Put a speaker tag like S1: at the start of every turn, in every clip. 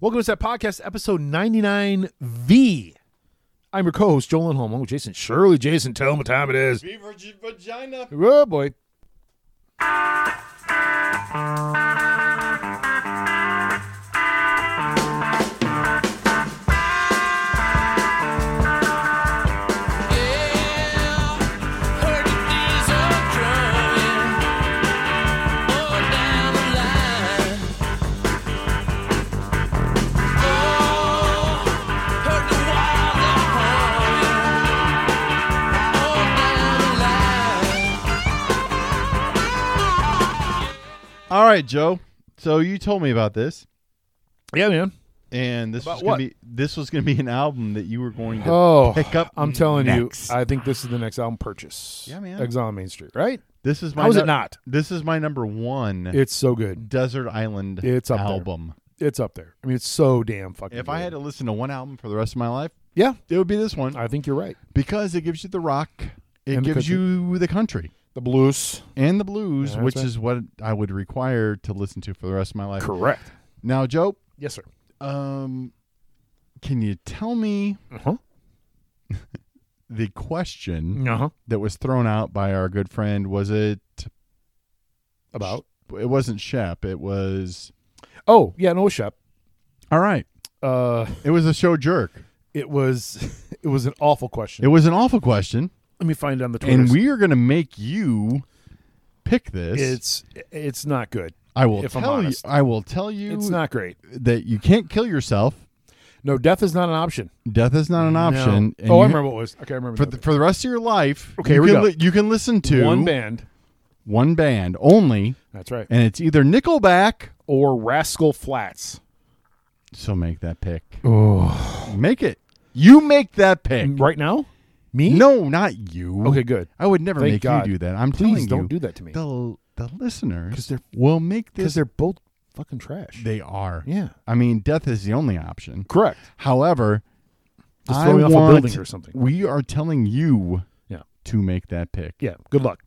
S1: Welcome to that podcast, episode 99V. I'm your co host, Joel Holm, along with Jason Shirley. Jason, tell him what time it is.
S2: Beaver g- vagina.
S1: Oh, boy.
S2: All right, Joe. So you told me about this,
S1: Yeah, man.
S2: and this
S1: About
S2: was
S1: what?
S2: gonna be this was gonna be an album that you were going to.
S1: Oh,
S2: Pick up
S1: I'm telling
S2: next.
S1: you, I think this is the next album purchase.
S2: Yeah, man.
S1: Exile on Main Street, right?
S2: This is my.
S1: How is
S2: nu-
S1: it not?
S2: This is my number one
S1: It's so good.
S2: desert island
S1: It's up there.
S2: album.
S1: It's up there. I mean, it's so damn fucking
S2: If I had
S1: good.
S2: to listen to one album for the rest of my life,
S1: Yeah,
S2: it would be this one
S1: I think you're right.
S2: because it gives you the rock, it
S1: And the
S2: gives
S1: country.
S2: you the country
S1: The blues.
S2: and the blues,
S1: That's
S2: which
S1: right.
S2: is what I would require to listen to for the rest of my life.
S1: Correct.
S2: Now, Joe,
S1: Yes, sir.
S2: um, can you tell me
S1: Uh-huh.
S2: the question?
S1: Uh-huh.
S2: that was thrown out by our good friend was it
S1: About.
S2: it wasn't shep it was
S1: Oh, yeah, no shop.
S2: all right
S1: Uh
S2: it was a show jerk
S1: it was it was an awful question.
S2: it was an awful question
S1: Let me find it on the Twitter.
S2: and we are going to make you pick this
S1: it's it's not good.
S2: i will
S1: if I'm
S2: tell you
S1: honest.
S2: i will tell you
S1: It's not great.
S2: that you can't kill yourself
S1: No, death is not an option.
S2: death is not an option
S1: No. Oh, I
S2: you-
S1: remember what it was. Okay, I remember.
S2: for
S1: now.
S2: the, for the rest of your life
S1: Okay, here
S2: you
S1: we
S2: can
S1: go.
S2: li- you can listen to
S1: one band.
S2: one band only
S1: That's right.
S2: and it's either nickelback
S1: Or Rascal Flats.
S2: so make that pick
S1: Oh.
S2: make it you make that pick
S1: Right now? Me?
S2: no not you
S1: Okay, good.
S2: I would never
S1: Thank
S2: make
S1: God.
S2: you do that. I'm telling
S1: Please
S2: you,
S1: don't do that to me.
S2: the the listeners
S1: 'Cause they're-
S2: will make
S1: Because
S2: this.
S1: they're both fucking trash.
S2: They are.
S1: yeah.
S2: I mean, death is the only option.
S1: Correct.
S2: However,
S1: Just
S2: I
S1: throw me off a
S2: want-
S1: building or something.
S2: We are telling you
S1: Yeah.
S2: to make that pick.
S1: Yeah. Good luck.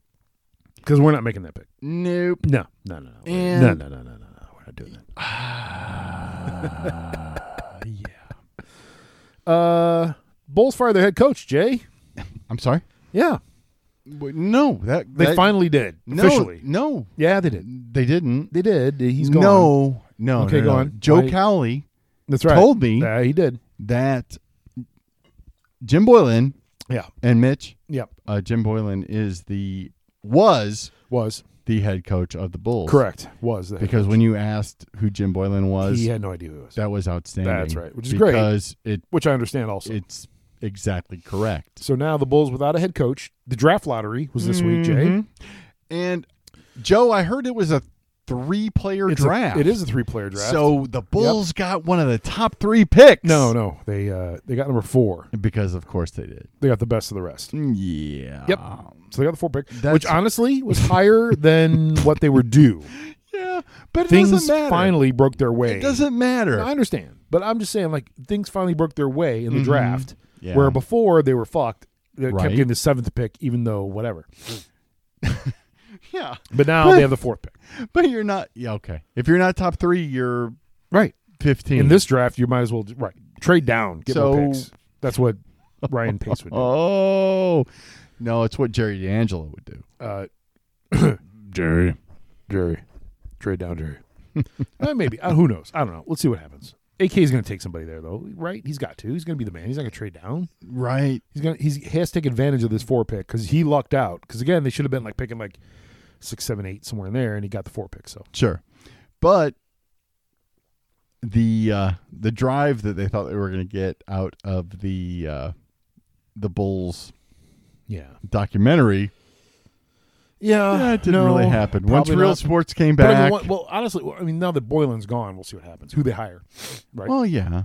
S1: Because we're not making that pick.
S2: Nope.
S1: No. No, no, no. We're-
S2: And-
S1: no, no, no, no, no, no. We're not doing that.
S2: Ah,
S1: Uh, Bulls fire their head coach, Jay.
S2: I'm sorry.
S1: Yeah.
S2: Wait, No, that
S1: They
S2: that-
S1: finally did.
S2: no,
S1: Officially.
S2: No,
S1: Yeah, they did.
S2: they didn't.
S1: They did. He's gone.
S2: No, no.
S1: Okay,
S2: no, no.
S1: go on.
S2: Joe
S1: I-
S2: Cowley
S1: That's right.
S2: told me
S1: Yeah, he did.
S2: that Jim Boylan
S1: Yeah.
S2: and Mitch.
S1: Yep.
S2: Uh, Jim Boylan is the was
S1: Was
S2: the head coach of the Bulls.
S1: correct. Was the head
S2: Because when you asked who Jim Boylan
S1: coach.
S2: was,
S1: he had no idea who it was,
S2: that was outstanding.
S1: That's right, which is great.
S2: because great.
S1: which I understand also.
S2: it it's exactly correct.
S1: so now the Bulls without a head coach. The draft lottery was this week, Jay.
S2: And Joe, I heard it was a three player
S1: It's a-
S2: draft.
S1: it is a three-player draft.
S2: So the Bulls got one of the top three picks.
S1: no, no, they uh, they got number four.
S2: Because of course they did. Mm,
S1: They got the best of the rest.
S2: Yeah.
S1: Yep. So they got the four pick,
S2: That's-
S1: which honestly was higher than what they were due.
S2: Yeah. But it
S1: Things
S2: doesn't matter.
S1: finally broke their way.
S2: it doesn't matter.
S1: I understand, but I'm just saying, like things finally broke their way in the draft,
S2: Mm-hmm. Yeah.
S1: where before they were fucked. They
S2: Right.
S1: kept getting the seventh pick, even though whatever.
S2: yeah.
S1: But now they have the fourth pick.
S2: But you're not yeah, okay. If you're not top three, you're
S1: Right.
S2: fifteen.
S1: In this draft, you might as well right trade down, get
S2: Mm. So-
S1: more picks. That's what Ryan Pace would do.
S2: Oh no, it's what Jerry D'Angelo would do.
S1: Uh, Jerry, Jerry, trade down, Jerry. Uh, maybe uh, who knows? I don't know. Let's see what happens. AK is going to take somebody there though, right? He's got to. He's going to be the man. He's not going to trade down.
S2: Right.
S1: He's gonna he's, he has to take advantage of this four pick because he lucked out. Because again, they should have been like picking like six, seven, eight somewhere in there, and he got the four pick. So
S2: Sure. But the uh the drive that they thought they were gonna get out of the uh the Bulls
S1: yeah,
S2: documentary
S1: yeah,
S2: that didn't really happen. Once
S1: Uh, probably
S2: real
S1: not.
S2: sports came
S1: But I mean,
S2: back.
S1: what- well, honestly, well, I mean, now that Boylan's gone, we'll see what happens. Who they hire, right?
S2: well yeah.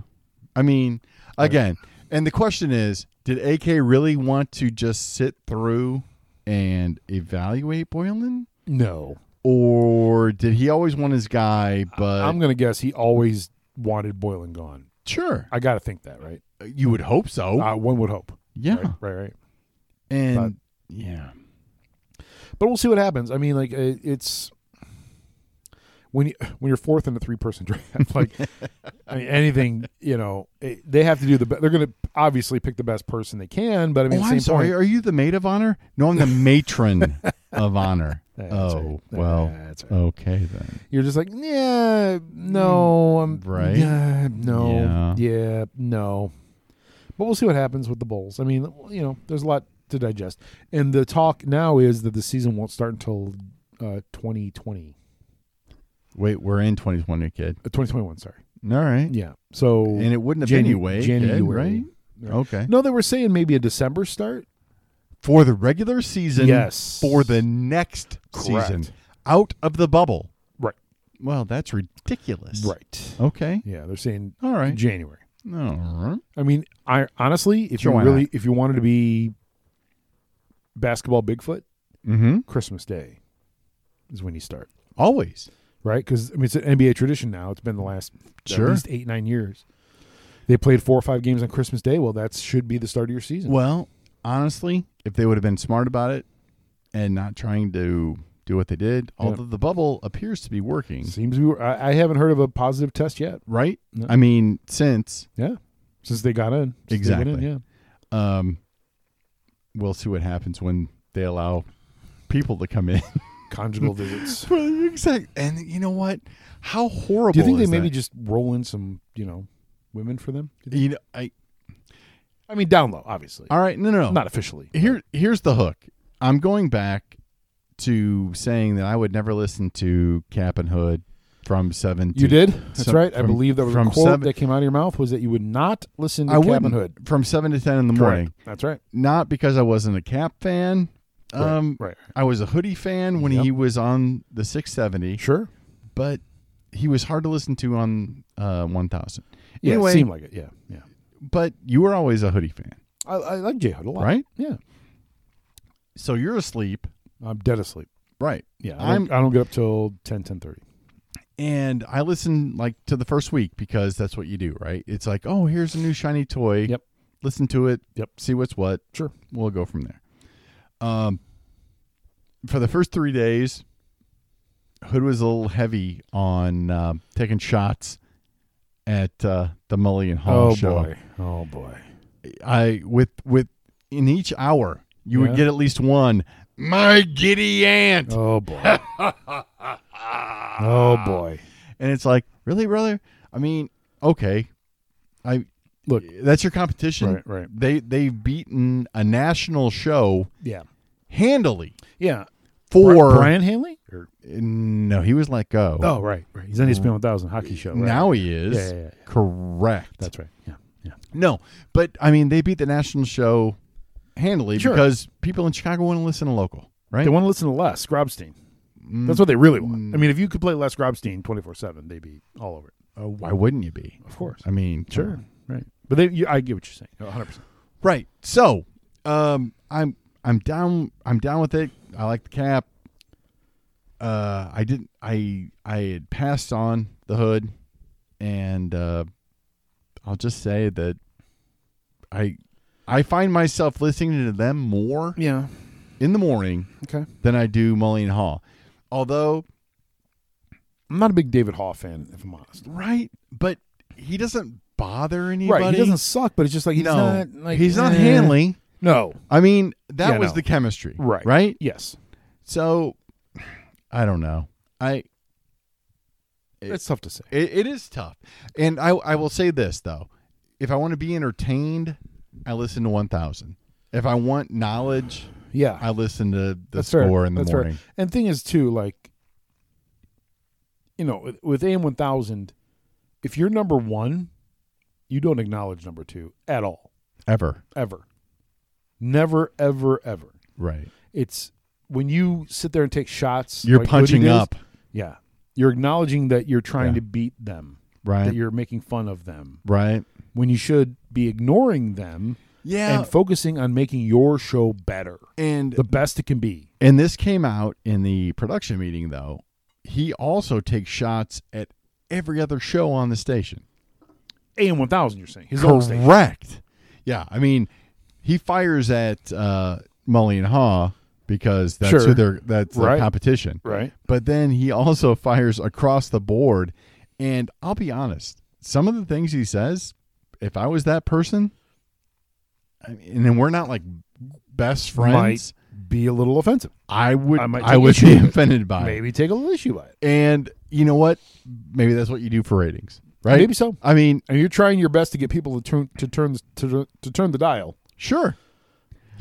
S2: I mean again, and the question is, did AK really want to just sit through and evaluate Boylan?
S1: no,
S2: Or did he always want his guy but
S1: I'm gonna guess he always wanted Boylan gone.
S2: sure.
S1: I got to think that, right?
S2: You would hope so.
S1: Uh, one would hope.
S2: yeah.
S1: Right, right, right.
S2: And yeah.
S1: But we'll see what happens. I mean, like uh, it's when you when you're fourth in a three person draft, like I mean anything, you know, it, they have to do the best. They're going to obviously pick the best person they can, but I mean, at
S2: oh,
S1: the same
S2: I'm sorry.
S1: Point,
S2: Are you the maid of honor? No, I'm the matron of honor.
S1: That's
S2: oh,
S1: right.
S2: well.
S1: That's right.
S2: Okay then.
S1: you're just like, yeah, no, I'm
S2: Mm, Right.
S1: yeah, no,
S2: Yeah.
S1: yeah, no. But we'll see what happens with the Bulls. I mean, you know, there's a lot to digest, and the talk now is that the season won't start until uh, 2020,
S2: Wait, we're in 2020, kid.
S1: uh, 2021. Sorry,
S2: All right.
S1: yeah. So
S2: And it wouldn't have
S1: Janu-
S2: been anyway, kid,
S1: January,
S2: right? Okay.
S1: No, they were saying maybe a December start.
S2: For the regular season.
S1: yes,
S2: For the next season,
S1: Correct.
S2: out of the bubble.
S1: Right.
S2: Well, that's ridiculous.
S1: right.
S2: Okay.
S1: Yeah, they're saying
S2: All right.
S1: January.
S2: All right.
S1: I mean, I honestly, if
S2: Sure,
S1: you
S2: why
S1: really,
S2: not?
S1: if you wanted to be basketball Bigfoot,
S2: Mm-hmm.
S1: Christmas Day is when you start,
S2: Always.
S1: right? Because I mean, it's an NBA tradition now. It's been the last
S2: Sure.
S1: at least eight nine years. They played four or five games on Christmas Day. Well, that should be the start of your season.
S2: Well, honestly, if they would have been smart about it and not trying to do what they did,
S1: Yeah.
S2: although the bubble appears to be working,
S1: Seems we were. I, I haven't heard of a positive test yet.
S2: right?
S1: No.
S2: I mean, since
S1: Yeah, since they got in. Since they got in,
S2: Exactly.
S1: yeah.
S2: um, we'll see what happens when they allow people to come in.
S1: Conjugal visits.
S2: exactly. And you know what? How horrible!
S1: Do you think they
S2: is
S1: maybe
S2: that?
S1: just roll in some, you know, women for them? Do you think-
S2: You know, I,
S1: I mean, down low, obviously,
S2: all right. No, no, no.
S1: not officially.
S2: Here, here's the hook. I'm going back to saying that I would never listen to Cap and Hood from seven.
S1: You
S2: to
S1: did. That's
S2: Some-
S1: right. I
S2: from-
S1: believe that was a
S2: from
S1: quote
S2: seven-
S1: that came out of your mouth was that you would not listen to
S2: I
S1: Cabin
S2: wouldn't
S1: Hood.
S2: from seven to ten in the morning.
S1: That's right.
S2: Not because I wasn't a Cap fan. Um,
S1: right.
S2: I was a Hoodie fan when
S1: Yep.
S2: he was on the 670,
S1: Sure.
S2: but he was hard to listen to on uh, 1000.
S1: Yeah.
S2: Anyway-
S1: it seemed like it. Yeah. Yeah.
S2: But you were always a Hoodie fan,
S1: I, I like J Hood a lot.
S2: right?
S1: Yeah.
S2: So you're asleep,
S1: I'm dead asleep.
S2: right?
S1: Yeah. I don't, I don't get up till 10, 10
S2: And I listened like to the first week because that's what you do, right? It's like, oh, here's a new shiny toy.
S1: Yep.
S2: Listen to it.
S1: Yep.
S2: See what's what.
S1: Sure.
S2: We'll go from there. Um, for the first three days, Hood was a little heavy on um taking shots at uh, the Mully and Hall
S1: oh
S2: show.
S1: boy. Oh boy.
S2: I with with in each hour you
S1: Yeah.
S2: would get at least one. My giddy aunt,
S1: Oh boy. oh boy.
S2: and it's like, really, brother? I mean, okay, I
S1: Look.
S2: That's your competition.
S1: Right, right.
S2: They they've beaten a national show
S1: Yeah.
S2: handily
S1: Yeah.
S2: for
S1: Brian Hanley? Or-
S2: No, he was let go.
S1: oh, right, right. He's on ESPN 1000 hockey show. Right?
S2: Now he is
S1: Yeah, yeah, yeah, yeah.
S2: correct.
S1: That's right. Yeah. Yeah.
S2: no, but I mean they beat the national show handily
S1: Sure.
S2: because people in Chicago want to listen to local, right?
S1: They want to listen to Les Grobstein. That's what they really want. I mean, if you could play Les Grobstein 24 7, they'd be all over it.
S2: Uh, why wouldn't you be?
S1: Of course.
S2: I mean, come on.
S1: Right. But they, you, I get what you're saying. 100%.
S2: Right. So, um, I'm I'm down I'm down with it. I like the cap. Uh, I didn't I I had passed on the hood, and uh, I'll just say that I I find myself listening to them more
S1: Yeah.
S2: in the morning
S1: Okay.
S2: than I do Mully and Hall. Although,
S1: I'm not a big David Haw fan, if I'm honest.
S2: right, but he doesn't bother anybody.
S1: Right. He doesn't suck, but it's just like he's
S2: no,
S1: not like.
S2: he's not
S1: eh.
S2: handling.
S1: No.
S2: I mean, that
S1: Yeah,
S2: was
S1: no.
S2: the chemistry,
S1: Right.
S2: Right.
S1: Yes.
S2: So I don't know. I It-
S1: It's tough to say.
S2: it, it is tough. And I I will say this though. If I want to be entertained, I listen to 1000. If I want knowledge,
S1: Yeah.
S2: I listen to the
S1: That's fair.
S2: score in the
S1: That's fair.
S2: morning.
S1: And thing is too, like, you know, with- with AM one thousand, if you're number one, you don't acknowledge number two at all,
S2: Ever.
S1: ever, never, ever, ever.
S2: Right.
S1: It's when you sit there and take shots,
S2: You're
S1: like Hoodie
S2: punching
S1: does,
S2: up,
S1: Yeah, you're acknowledging that you're trying
S2: Yeah.
S1: to beat them, that
S2: right?
S1: you're making fun of them
S2: Right.
S1: when you should be ignoring them
S2: Yeah.
S1: and focusing on making your show better,
S2: And
S1: the best it can be.
S2: and this came out in the production meeting though. He also takes shots at every other show on the station.
S1: AM one thousand, you're saying his own station.
S2: Correct. Yeah, I mean, he fires at uh, Mully and Haw because that's
S1: Sure.
S2: who their that's their
S1: Right.
S2: competition.
S1: Right.
S2: But then he also fires across the board, and I'll be honest, some of the things he says, if I was that person, I mean, and we're not like best friends,
S1: Might be a little offensive.
S2: I would
S1: I might
S2: I,
S1: take
S2: would
S1: issue
S2: be
S1: with it.
S2: offended by it.
S1: Maybe take a little issue by it.
S2: And you know what? Maybe that's what you do for ratings, right?
S1: Maybe so.
S2: I mean,
S1: And you're trying your best to get people to turn to turn to, to turn the dial.
S2: sure,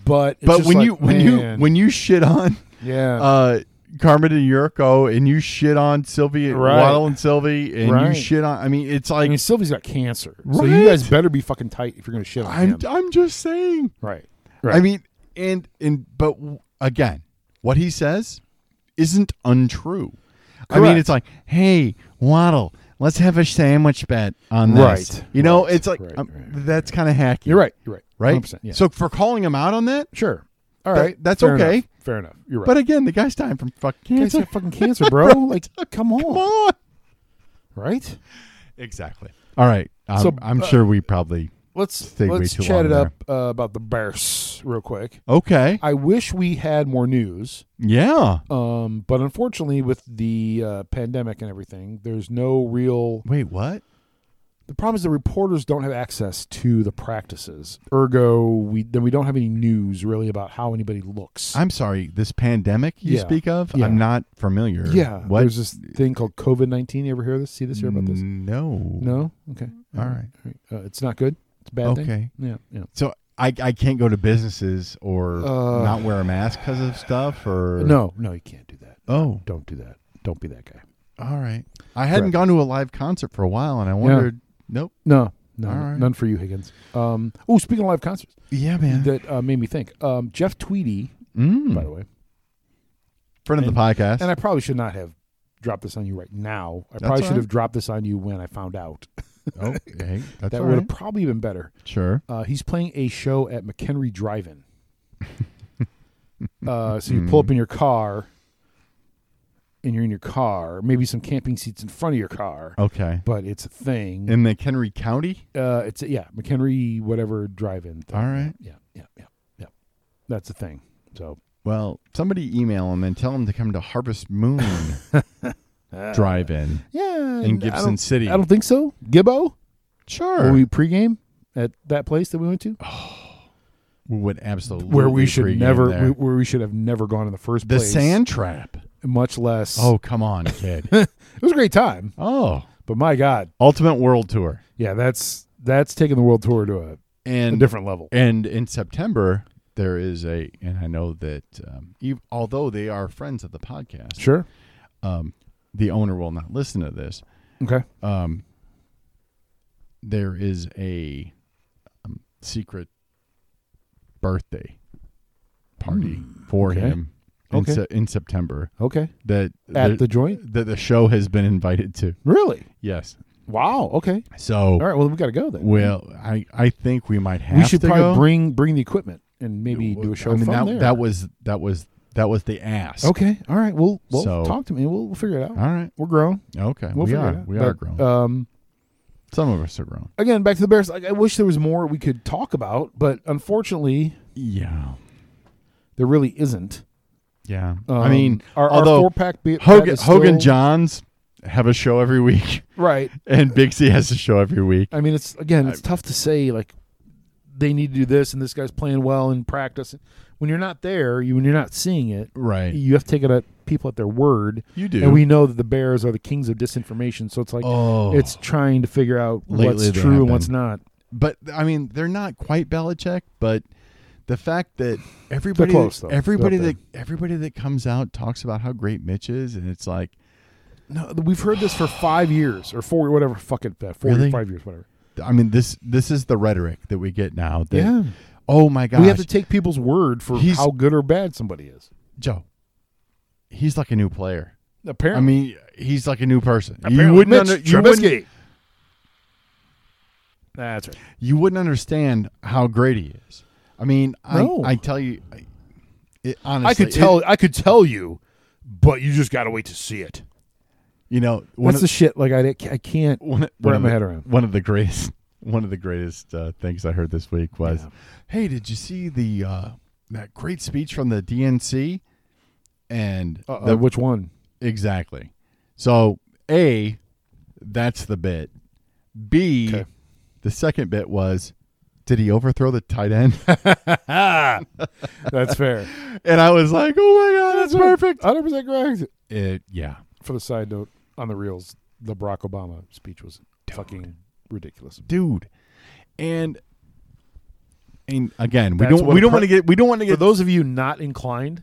S1: But it's
S2: but
S1: just
S2: when
S1: like,
S2: you when
S1: man,
S2: you when you shit on
S1: yeah
S2: uh, Carmen and Yurko, and you shit on Sylvie
S1: Right.
S2: Waddle and Sylvie, and you
S1: Right.
S2: shit on. I mean, it's like
S1: I mean, Sylvie's got cancer, so you guys
S2: Right?
S1: better be fucking tight if you're going to shit on
S2: I'm.
S1: him.
S2: I'm just saying.
S1: right. Right.
S2: I mean, and and but w- again, what he says isn't untrue. I mean,
S1: Correct.
S2: it's like, hey, Waddle, let's have a sandwich bet on this.
S1: Right.
S2: You know,
S1: Right.
S2: it's like
S1: Right.
S2: um,
S1: Right.
S2: that's kind of hacky.
S1: You're right. You're right.
S2: right?
S1: 100%, yeah.
S2: So for calling him out on that,
S1: sure. All
S2: That-
S1: right.
S2: that's
S1: Fair
S2: okay.
S1: enough. Fair enough. You're right.
S2: but again, the guy's dying from fucking
S1: Guy's
S2: cancer.
S1: got fucking cancer, bro. like, come on.
S2: Come on.
S1: Right.
S2: Exactly. All right. Um,
S1: So,
S2: I'm
S1: uh,
S2: sure we probably
S1: Let's
S2: Stayed way
S1: let's
S2: too
S1: chat
S2: long
S1: it
S2: there.
S1: up uh, about the Bears real quick.
S2: okay.
S1: I wish we had more news,
S2: Yeah.
S1: um, but unfortunately, with the uh, pandemic and everything, there's no real.
S2: Wait, what?
S1: The problem is the reporters don't have access to the practices. Ergo, we then we don't have any news really about how anybody looks.
S2: I'm sorry. This pandemic you
S1: Yeah.
S2: speak of,
S1: Yeah.
S2: I'm not familiar.
S1: yeah,
S2: What?
S1: there's this thing called COVID nineteen. You ever hear this? See this? Hear about this?
S2: No.
S1: No. Okay.
S2: All right.
S1: Uh, it's not good. It's a bad thing.
S2: Okay.
S1: Yeah. Yeah.
S2: So I, I can't go to businesses or
S1: Uh,
S2: not wear a mask because of stuff or
S1: No, no, you can't do that.
S2: Oh,
S1: Don't do that. Don't be that guy.
S2: all right. I hadn't gone to a live concert for a while, and I wondered. Nope.
S1: No, no,
S2: All right.
S1: none for you, Higgins. Um, oh, speaking of live concerts,
S2: Yeah, man.
S1: that uh, made me think. Um, Jeff Tweedy,
S2: mm.
S1: by the way,
S2: Friend of the podcast.
S1: and I probably should not have dropped this on you right now. I
S2: all
S1: probably should
S2: right.
S1: have dropped this on you when I found out.
S2: oh, hey, that's
S1: that
S2: all
S1: would have
S2: right.
S1: probably been better.
S2: sure.
S1: Uh, he's playing a show at McHenry Drive-In. uh, so you pull
S2: Hmm.
S1: up in your car, and you're in your car. Maybe some camping seats in front of your car,
S2: Okay.
S1: but it's a thing.
S2: In the Kenry County.
S1: uh, it's yeah, McHenry whatever drive-in. Thing.
S2: All right.
S1: Yeah, yeah, yeah, yeah. That's the thing. So
S2: Well, somebody email him and tell him to come to Harvest Moon
S1: uh,
S2: Drive-In
S1: yeah,
S2: in
S1: and I
S2: Gibson
S1: don't- I
S2: City.
S1: don't, think so. Gibbo,
S2: Sure,
S1: were
S2: we
S1: we pregame at that place that we went to,
S2: would absolutely
S1: where we should
S2: pregame
S1: never,
S2: there.
S1: we, where we should have never gone in the first
S2: the
S1: place.
S2: Sand Trap.
S1: much less.
S2: Oh, come on, kid.
S1: it was a great time,
S2: oh,
S1: but my God,
S2: Ultimate World Tour,
S1: yeah, that's that's taking the world tour to a, a
S2: and
S1: different level.
S2: And in September there is a, and I know that um, ev- although they are friends of the podcast,
S1: Sure.
S2: um, the owner will not listen to this.
S1: Okay.
S2: um, there is a um, secret birthday party for
S1: Hmm. okay.
S2: him in,
S1: Okay.
S2: se- in September
S1: Okay.
S2: that
S1: At
S2: the,
S1: the joint.
S2: that the show has been invited to.
S1: Really?
S2: Yes.
S1: Wow. Okay.
S2: So
S1: All right. Well, we got to go then.
S2: well, I I think we might have
S1: we should
S2: to
S1: probably
S2: go.
S1: bring bring the equipment and maybe do a show
S2: I mean
S1: from
S2: that
S1: there.
S2: that was that was that was the ass.
S1: okay. All right. Well, well,
S2: So-
S1: talk to me. We'll, we'll figure it out.
S2: All right.
S1: We're grown.
S2: Okay.
S1: We'll
S2: we
S1: figure it
S2: are
S1: out.
S2: we
S1: But,
S2: are grown.
S1: Um,
S2: Some of us are grown.
S1: again, back to the Bears. Like, I wish there was more we could talk about, but unfortunately,
S2: Yeah.
S1: there really isn't.
S2: Yeah. I
S1: Um,
S2: mean,
S1: our,
S2: although
S1: four pack be-
S2: Hogan
S1: is still-
S2: Hogan Johns have a show every week,
S1: right?
S2: and Big C has a show every week.
S1: I mean, it's again, it's tough to say like they need to do this and this guy's playing well in practice. When you're not there, you when you're not seeing it,
S2: Right.
S1: you have to take it at people at their word.
S2: You do.
S1: And we know that the Bears are the kings of disinformation, so it's like
S2: oh,
S1: it's trying to figure out
S2: Lately
S1: what's
S2: they
S1: true
S2: have
S1: and what's
S2: been.
S1: not.
S2: but I mean, they're not quite Belichick, but the fact that everybody,
S1: close, though.
S2: everybody
S1: They're
S2: that
S1: up
S2: everybody that comes out talks about how great Mitch is, and it's like
S1: No, we've heard this for five years or four, whatever. Fuck it, uh, four
S2: Really?
S1: or five years, whatever.
S2: I mean this this is the rhetoric that we get now. That,
S1: Yeah.
S2: Oh my gosh,
S1: We have to take people's word for
S2: He's-
S1: how good or bad somebody is.
S2: Joe, he's like a new player. I
S1: Apparently,
S2: mean, he's like a new person.
S1: Apparently.
S2: You wouldn't
S1: Mitch
S2: under- you wouldn't,
S1: Trubisky. That's right.
S2: you wouldn't understand how great he is. I mean,
S1: No.
S2: I I tell you, I, it, honestly,
S1: I could
S2: it-
S1: tell. I could tell you, but you just got to wait to see it.
S2: you know one
S1: What's
S2: of,
S1: the shit? Like I, I can't.
S2: one, of-
S1: wrap
S2: one of
S1: my
S2: the-
S1: head around.
S2: One of the greatest, one of the greatest uh, things I heard this week was, "Hey, did you see the uh, that great speech from the DNC, and
S1: Uh,
S2: the-
S1: which one?
S2: exactly. So a, that's the bit. B,
S1: Okay.
S2: the second bit was, did he overthrow the tight end?
S1: That's fair.
S2: and I was like, oh my god, that's perfect.
S1: 100% correct.
S2: It, yeah,
S1: For the side note, on the reels, the Barack Obama speech was fucking ridiculous.
S2: dude. And and again, we
S1: That's
S2: don't
S1: what
S2: we
S1: a
S2: don't
S1: pre-
S2: want to get we don't want to
S1: For
S2: get
S1: those of you not inclined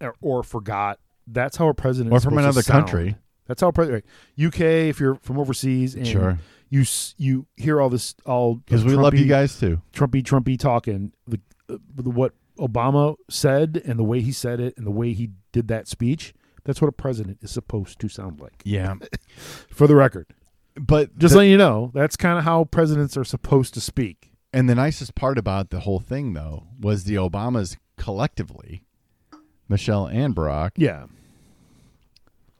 S1: or, or forgot, that's how a president
S2: Or
S1: is
S2: from
S1: supposed to
S2: another
S1: sound.
S2: country.
S1: That's how a president. UK, if you're from overseas, and
S2: Sure.
S1: you s- you hear all this all
S2: because we love
S1: Trumpy-
S2: you guys too.
S1: Trumpy Trumpy talking the, uh, the what Obama said and the way he said it and the way he did that speech. That's what a president is supposed to sound like.
S2: Yeah,
S1: For the record,
S2: but
S1: just
S2: the,
S1: letting you know, that's kind of how presidents are supposed to speak.
S2: and the nicest part about the whole thing though was the Obamas collectively, Michelle and Barack,
S1: Yeah,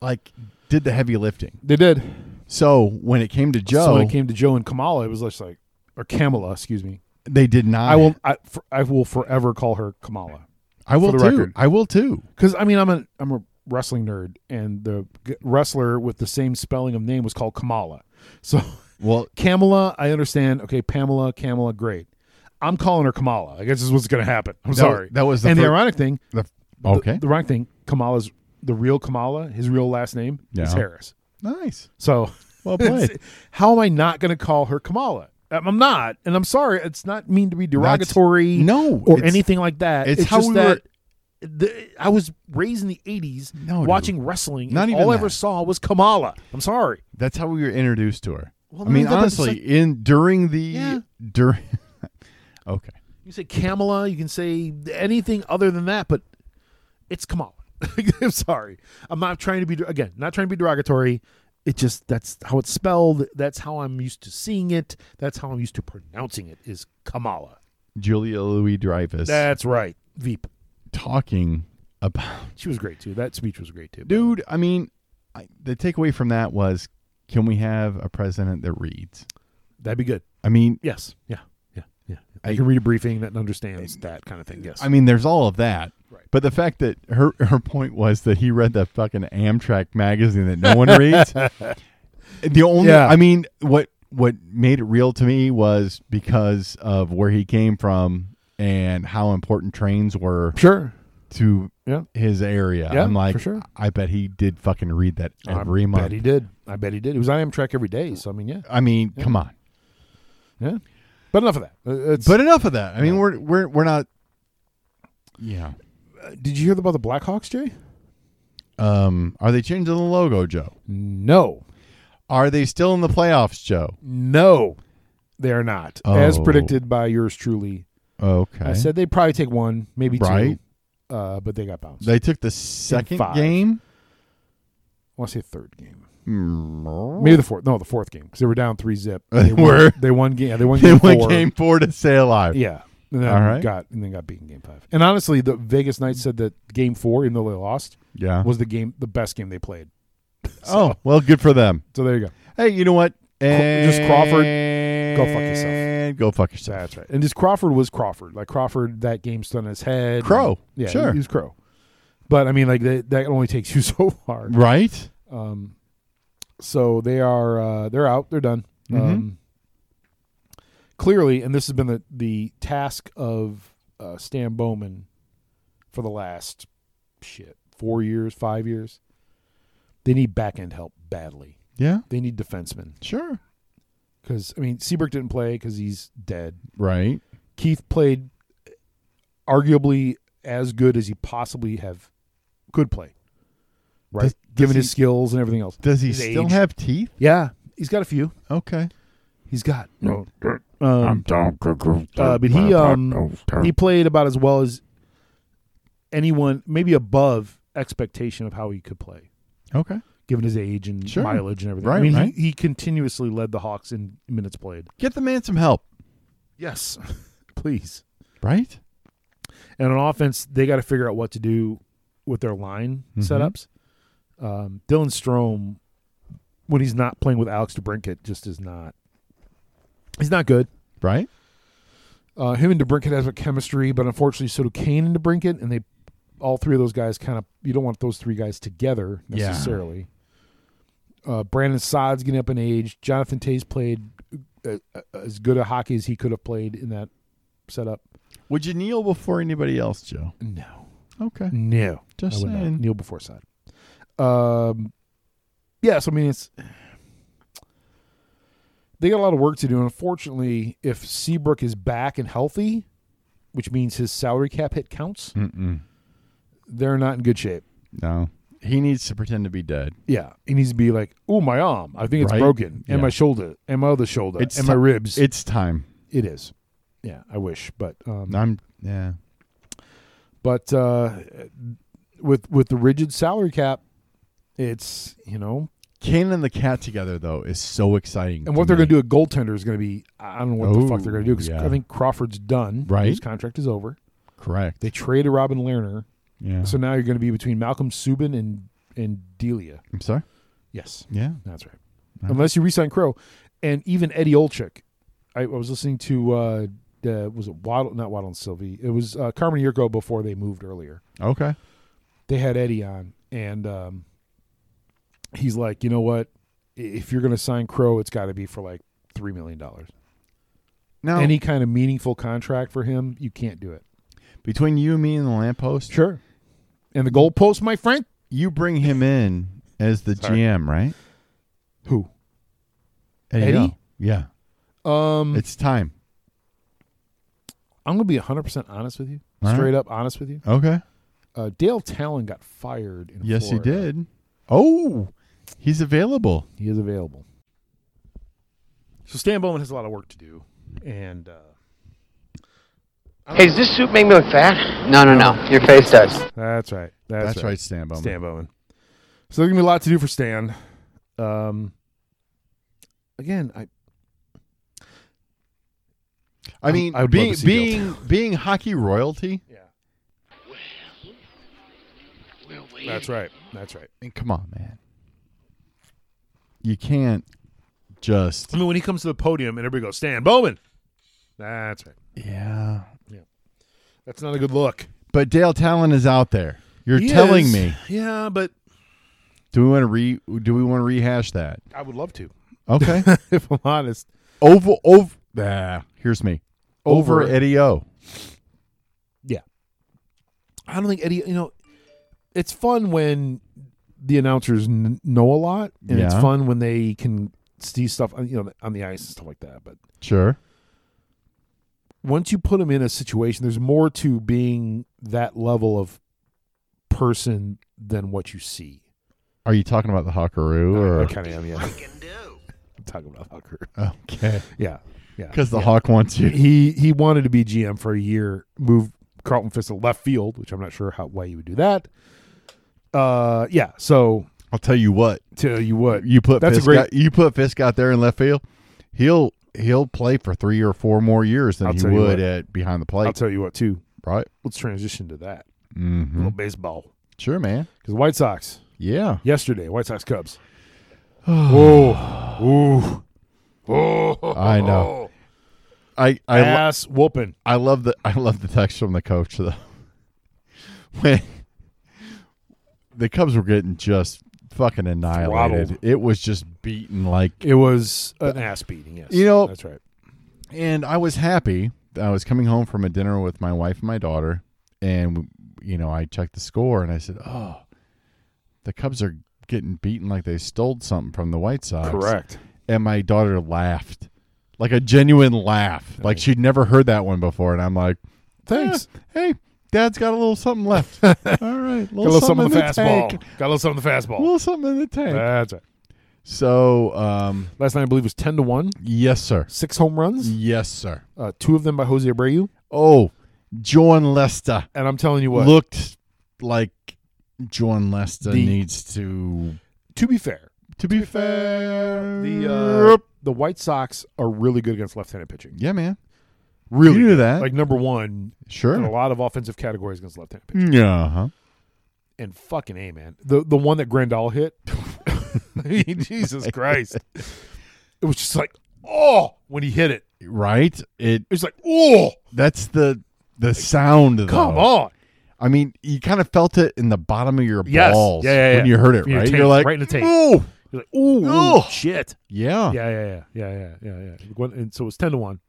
S2: like did the heavy lifting.
S1: they did.
S2: So when it came to Joe,
S1: So when it came to Joe and Kamala, it was just like or Kamala, excuse me.
S2: they did not.
S1: I will I, for, I will forever call her Kamala
S2: I will
S1: for
S2: too.
S1: the record.
S2: I will too.
S1: because I mean I'm a I'm a wrestling nerd and the g- wrestler with the same spelling of name was called Kamala. So
S2: Well,
S1: Kamala, I understand. Okay, Pamela, Kamala, great. I'm calling her Kamala. I guess this is what's going to happen. I'm
S2: That-
S1: sorry.
S2: that was the
S1: and the
S2: fir-
S1: ironic thing.
S2: the,
S1: the-
S2: okay,
S1: The, ironic thing. Kamala's the real Kamala. His real last name is
S2: Yeah.
S1: Harris.
S2: nice.
S1: So
S2: Well played.
S1: how am I not going to call her Kamala? Um, I'm I'm not, and I'm sorry. It's not mean to be derogatory,
S2: no,
S1: or
S2: it's-
S1: anything like that.
S2: it's
S1: It's,
S2: how
S1: just
S2: we
S1: that the, I was raised in the '80s,
S2: No, dude.
S1: watching wrestling.
S2: Not
S1: and
S2: even
S1: all I ever
S2: that.
S1: saw was Kamala. I'm sorry.
S2: That's how we were introduced to her.
S1: Well,
S2: I mean,
S1: no, that- that's
S2: honestly, in during the
S1: Yeah.
S2: during. okay,
S1: You say Kamala, you can say anything other than that, but it's Kamala. I'm sorry. I'm not trying to be again, not trying to be derogatory. It just that's how it's spelled. That's how I'm used to seeing it. That's how I'm used to pronouncing it is Kamala.
S2: Julia Louis Dreyfus
S1: That's right. Veep.
S2: talking about
S1: She was great too. That speech was great too.
S2: dude. I mean, I, the takeaway from that was, can we have a president that reads?
S1: That'd be good.
S2: I mean,
S1: Yes. Yeah. Yeah. Yeah.
S2: I-
S1: I can read a briefing that understands that kind of thing. Yes.
S2: I mean, there's all of that.
S1: Right.
S2: But the fact that her her point was that he read the fucking Amtrak magazine that no one reads. The only
S1: Yeah.
S2: I mean, what what made it real to me was because of where he came from and how important trains were
S1: sure.
S2: to
S1: Yeah.
S2: his area.
S1: Yeah,
S2: I'm like,
S1: for sure.
S2: I bet he did fucking read that every
S1: I
S2: month.
S1: bet he did. I bet he did. He was on Amtrak every day. So I mean, yeah.
S2: I mean, come on.
S1: Yeah. But enough of that. Uh, It's,
S2: But enough of that. I mean, we're we're we're not. Yeah.
S1: Did you hear about the Blackhawks, Jay?
S2: Um. Are they changing the logo, Joe?
S1: No,
S2: Are they still in the playoffs, Joe?
S1: no, they are not, as
S2: Oh.
S1: predicted by yours truly.
S2: Okay.
S1: I said they probably take one, maybe
S2: Right.
S1: two, uh, but they got bounced.
S2: They took the second
S1: five.
S2: game.
S1: I want to say third game,
S2: Maybe
S1: maybe the fourth. No, the fourth game because they were down three zip.
S2: They
S1: They
S2: were.
S1: Won, they won game. They won
S2: they
S1: game
S2: went
S1: four.
S2: game four to stay alive.
S1: Yeah. And then
S2: All right.
S1: got and then got beaten game five. And honestly, the Vegas Knights said that game four, even though they lost,
S2: Yeah.
S1: was the game the best game they played.
S2: oh, well, good for them.
S1: So there you go.
S2: Hey, you know what? And
S1: just Crawford,
S2: go
S1: fuck yourself.
S2: Go fuck yourself.
S1: That's right. And just Crawford was Crawford. Like Crawford, that game stood on his head.
S2: Crow.
S1: Yeah,
S2: Sure.
S1: he was Crow. But I mean, like that, that only takes you so far.
S2: Right?
S1: Um, so they are uh, they're out. They're done. Um, clearly, and this has been the the task of uh, Stan Bowman for the last shit four years, five years. They need back end help badly.
S2: Yeah.
S1: They need defensemen
S2: Sure.
S1: because I mean Seabrook didn't play because he's dead.
S2: Right.
S1: Keith played arguably as good as he possibly have could play. Right,
S2: Does- does
S1: given his
S2: he-
S1: skills and everything else.
S2: Does he
S1: His
S2: still
S1: age.
S2: have teeth?
S1: Yeah, he's got a few.
S2: Okay.
S1: He's got.
S3: No, I'm
S1: Um,
S3: down.
S1: uh, but he um he played about as well as anyone, maybe above expectation of how he could play,
S2: Okay.
S1: given his age and
S2: Sure.
S1: mileage and everything.
S2: Right,
S1: I mean,
S2: right.
S1: he, he continuously led the Hawks in minutes played.
S2: Get the man some help.
S1: Yes, please.
S2: Right?
S1: And on offense, they got to figure out what to do with their line
S2: Mhm.
S1: setups. Um, Dylan Strome, when he's not playing with Alex DeBrinket, just is not. He's not good.
S2: Right?
S1: Uh, him and DeBrinket has a chemistry, but unfortunately, so do Kane and DeBrinket, and they all three of those guys kind of you don't want those three guys together
S2: Yeah.
S1: necessarily. Uh, Brandon Sod's getting up in age. Jonathan Tays played uh, uh, as good a hockey as he could have played in that setup.
S2: Would you kneel before anybody else, Joe?
S1: No,
S2: Okay.
S1: no,
S2: Just
S1: I would
S2: saying.
S1: not. Kneel before Sod. Um, yeah, so I mean, it's they got a lot of work to do. And unfortunately, if Seabrook is back and healthy, which means his salary cap hit counts,
S2: Mm-mm.
S1: they're not in good shape.
S2: No. He needs to pretend to be dead.
S1: Yeah, he needs to be like, "Oh, my arm! I think it's
S2: Right?
S1: broken,
S2: Yeah.
S1: and my shoulder, and my other shoulder,
S2: It's
S1: and my
S2: ti-
S1: ribs."
S2: It's time.
S1: it is. Yeah, I wish, but um,
S2: I'm yeah.
S1: but uh, with with the rigid salary cap, it's you know
S2: Kane and the cat together though is so exciting.
S1: And what they're going to do at goaltender is going to be I don't know what the fuck
S2: Oh,
S1: they're going to do because
S2: yeah.
S1: I think Crawford's done.
S2: Right.
S1: his contract is over.
S2: Correct.
S1: They traded Robin Lerner,
S2: yeah.
S1: so now you're going to be between Malcolm Subban and and Delia.
S2: I'm sorry.
S1: Yes,
S2: Yeah.
S1: that's right.
S2: Right.
S1: Unless you resign Crow, and even Eddie Olczyk. I, I was listening to uh, the, was it Waddle not Waddle and Sylvie? It was uh, Carmen Yurko before they moved earlier.
S2: Okay.
S1: They had Eddie on, and um, he's like, you know what? I- If you're going to sign Crow, it's got to be for like three million dollars.
S2: Now
S1: any kind of meaningful contract for him, you can't do it.
S2: between you, me, and the lamppost,
S1: Sure. And the goalpost, my friend.
S2: you bring him in as the
S1: Sorry.
S2: GM, right?
S1: Who?
S2: Eddie?
S1: Eddie?
S2: Yeah.
S1: Um,
S2: It's time.
S1: I'm gonna be 100 percent honest with you,
S2: All right.
S1: straight up honest with you.
S2: Okay.
S1: Uh, Dale Talon got fired. In
S2: Yes, he
S1: Florida.
S2: did. Oh, he's available.
S1: He is available. So Stan Bowman has a lot of work to do, and uh,
S3: Hey, does this soup make me look fat? No, no, no. Your face does.
S1: that's right. That's,
S2: That's, right. Stan Bowman.
S1: Stan Bowman. So there's gonna be a lot to do for Stan. Um, again, I
S2: I mean,
S1: I would love
S2: being
S1: to see Dale
S2: being being hockey royalty.
S1: yeah. That's right. That's right.
S2: I mean, come on, man. You can't just
S1: I mean, when he comes to the podium and everybody goes, Stan Bowman. That's right.
S2: yeah.
S1: That's not a good look.
S2: But Dale Talon is out there. You're
S1: He
S2: telling
S1: is.
S2: me.
S1: Yeah, but
S2: Do we want to re? Do we want to rehash that?
S1: I would love to,
S2: Okay.
S1: if I'm honest.
S2: over over. Ah, here's me. Over,
S1: Over.
S2: Eddie O.
S1: I don't think Eddie, you know, it's fun when the announcers n- know a lot, and it's
S2: Yeah.
S1: fun when they can see stuff, on, you know, on the ice and stuff like that. But
S2: Sure.
S1: once you put them in a situation, there's more to being that level of person than what you see.
S2: Are you talking about the Hawkeroo or
S1: I kind of am, yeah. I'm talking about Hawker.
S2: okay?
S1: Yeah, yeah.
S2: Because the
S1: yeah.
S2: Hawk wants you.
S1: he he wanted to be GM for a year, moved Carlton Fist to left field, which I'm not sure how why you would do that. Uh, yeah. So
S2: I'll tell you what.
S1: tell you what,
S2: You put
S1: That's a
S2: Fisk
S1: great-
S2: out, you put Fisk out there in left field. He'll he'll play for three or four more years than
S1: I'll
S2: he
S1: tell you
S2: would
S1: what.
S2: at behind the
S1: I'll
S2: plate.
S1: tell you what too.
S2: right.
S1: Let's transition to that a
S2: Mm-hmm.
S1: little baseball
S2: Sure, man.
S1: because White Sox
S2: Yeah.
S1: yesterday, White Sox Cubs. oh, ooh, oh,
S2: I know. I I, lo-
S1: ass whooping.
S2: I love the I love the text from the coach though. when the Cubs were getting just fucking annihilated,
S1: Throttled.
S2: it was just beaten like.
S1: It was an ass beating. Yes,
S2: You know-
S1: that's right.
S2: And I was happy. I was coming home from a dinner with my wife and my daughter, and you know I checked the score and I said, "Oh, the Cubs are getting beaten like they stole something from the White Sox."
S1: Correct.
S2: and my daughter laughed like a genuine laugh
S1: Oh.
S2: like she'd never heard that one before and i'm like
S1: Thanks.
S2: "Eh, hey dad's got a little something left all right little,
S1: Got a little something in the fastball.
S2: tank.
S1: Got a little something in the
S2: a
S1: fastball.
S2: little something in the tank
S1: That's right.
S2: so um
S1: Last night I believe was ten to one.
S2: yes sir
S1: Six home runs.
S2: yes sir
S1: uh, two of them by Jose Abreu.
S2: oh john lester
S1: And I'm telling you what,
S2: looked like john lester
S1: The-
S2: needs to
S1: to be fair,
S2: to be fair
S1: the uh, the White Sox are really good against left-handed pitching.
S2: yeah man
S1: Really,
S2: you knew
S1: good.
S2: that
S1: like number one in a
S2: sure
S1: lot of offensive categories against left-handed pitching.
S2: yeah huh
S1: And fucking a man, the the one that Grandal hit, I mean, Jesus Christ, it was just like oh, when he hit it.
S2: right? It
S1: It's like, oh,
S2: that's the the sound. Though.
S1: come on.
S2: I mean, you kind of felt it in the bottom of your
S1: Yes.
S2: balls
S1: Yeah, yeah,
S2: when
S1: yeah.
S2: you heard it,
S1: In your
S2: right?
S1: taint,
S2: You're like
S1: right in the taint.
S2: "Ooh."
S1: You're like, ooh,
S2: Ugh.
S1: ooh, shit.
S2: Yeah. yeah,
S1: Yeah, yeah, yeah, yeah, yeah, yeah, yeah. One- And so it was ten to one.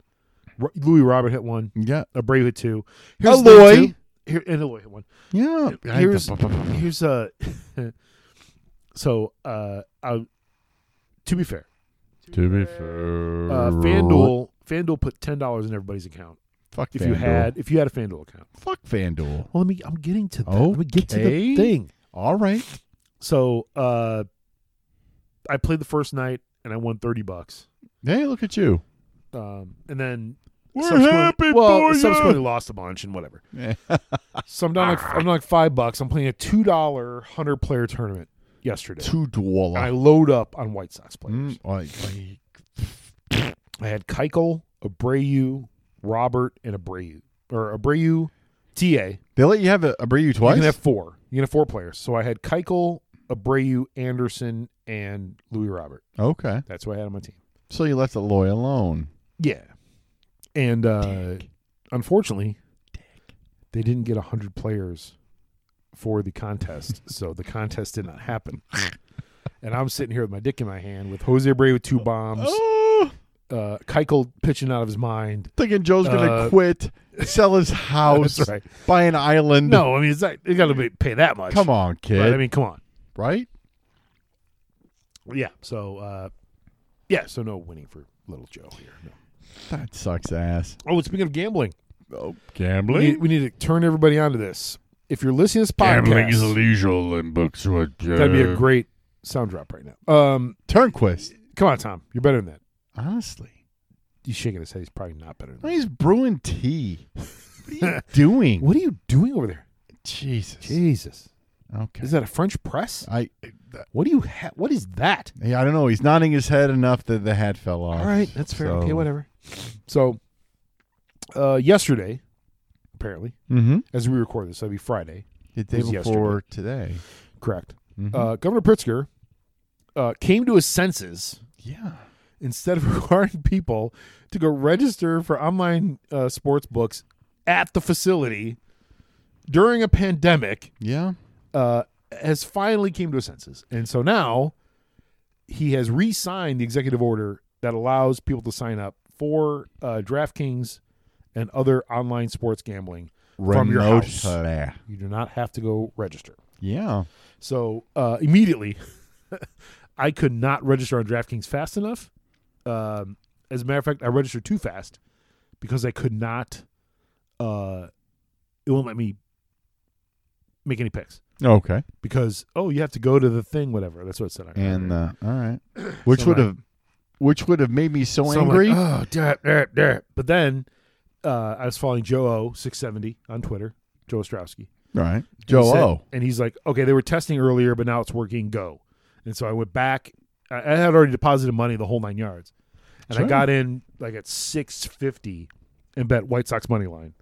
S1: Ro- Louis Robert hit one.
S2: yeah,
S1: Abreu hit two. the thing,
S2: Aloy.
S1: too. Here, and Aloy hit one.
S2: yeah.
S1: Here's- Here's uh so uh, I, to be fair,
S2: to be fair,
S1: uh, FanDuel FanDuel put ten dollars in everybody's account
S2: Fuck
S1: if you
S2: FanDuel.
S1: had if you had a FanDuel account.
S2: fuck FanDuel.
S1: Well, let me. I'm getting to that. Let me get to
S2: Okay.
S1: the thing.
S2: All right.
S1: So uh, I played the first night and I won thirty bucks.
S2: Hey, look at you.
S1: Um, and then
S2: We're
S1: subsequently-
S2: happy
S1: well,
S2: for you.
S1: subsequently lost a bunch and whatever. So I'm down like I'm down like five bucks. I'm playing a two dollar hundred player tournament yesterday.
S2: Two
S1: And I
S2: dollar.
S1: load up on White Sox players.
S2: Mm, like- like-
S1: I had Keuchel, Abreu, Robert, and Abreu or Abreu, TA.
S2: They let you have a Abreu
S1: You
S2: twice.
S1: can have four. You can have four players. So I had Keuchel, Abreu, Anderson, and Louis Robert.
S2: okay,
S1: That's what I had on my team.
S2: so you left Aloy alone.
S1: Yeah, and uh, unfortunately, they didn't get hundred players for the contest, so the contest did not happen. and I'm sitting here with my dick in my hand, with Jose Abreu with two bombs,
S2: Oh,
S1: uh, Keuchel pitching out of his mind.
S2: thinking Joe's gonna
S1: Uh,
S2: quit, sell his house,
S1: That's right.
S2: buy an island.
S1: No, I mean it's not. They got to pay that much.
S2: come on, kid.
S1: But, I mean, come on.
S2: right?
S1: Yeah. So, uh, yeah. So no winning for little Joe here. No.
S2: That sucks ass.
S1: Oh, and speaking of gambling,
S2: Oh,
S1: we
S2: gambling.
S1: need, we need to turn everybody onto this. If you're listening to this podcast,
S4: illegal in books. What?
S1: that'd be a great sound drop right now. Um,
S2: Turnquist.
S1: Come on, Tom. You're better than that.
S2: Honestly,
S1: He's shaking his head. He's probably not better than
S2: I
S1: that.
S2: mean, he's brewing tea. What are you doing?
S1: What are you doing over there?
S2: Jesus.
S1: Jesus.
S2: Okay.
S1: Is that a French press?
S2: I.
S1: What do you ha- What is that?
S2: Yeah, I don't know. He's nodding his head enough that the hat fell off.
S1: All right. That's fair.
S2: So-
S1: Okay, whatever. So, uh, yesterday, apparently,
S2: Mm-hmm.
S1: as we record this, that'd be Friday.
S2: The day
S1: It was
S2: before today.
S1: Correct.
S2: Mhm.
S1: Uh, Governor Pritzker uh, came to his senses
S2: yeah.
S1: instead of requiring people to go register for online uh, sports books at the facility during a pandemic.
S2: Yeah.
S1: uh, has finally came to his senses, and so now he has re-signed the executive order that allows people to sign up for uh, DraftKings and other online sports gambling. From your house.
S2: Remotely.
S1: You do not have to go register.
S2: Yeah.
S1: So uh, immediately, I could not register on DraftKings fast enough. Um, as a matter of fact, I registered too fast because I could not. Uh, it won't let me make any picks
S2: Okay.
S1: because oh you have to go to the thing whatever that's what it said I
S2: And
S1: remember.
S2: uh, all right, which
S1: So
S2: would
S1: my-
S2: have, which would have made me so,
S1: So I'm like,
S2: angry.
S1: oh dap, dap, dap. but then uh, I was following Joe O six seventy on Twitter Joe Ostrowski
S2: right. Joe O.
S1: and he's like okay they were testing earlier but now it's working go and so I went back I, I had already deposited money the whole nine yards and
S2: Sure.
S1: I got in like at six fifty and bet White Sox money line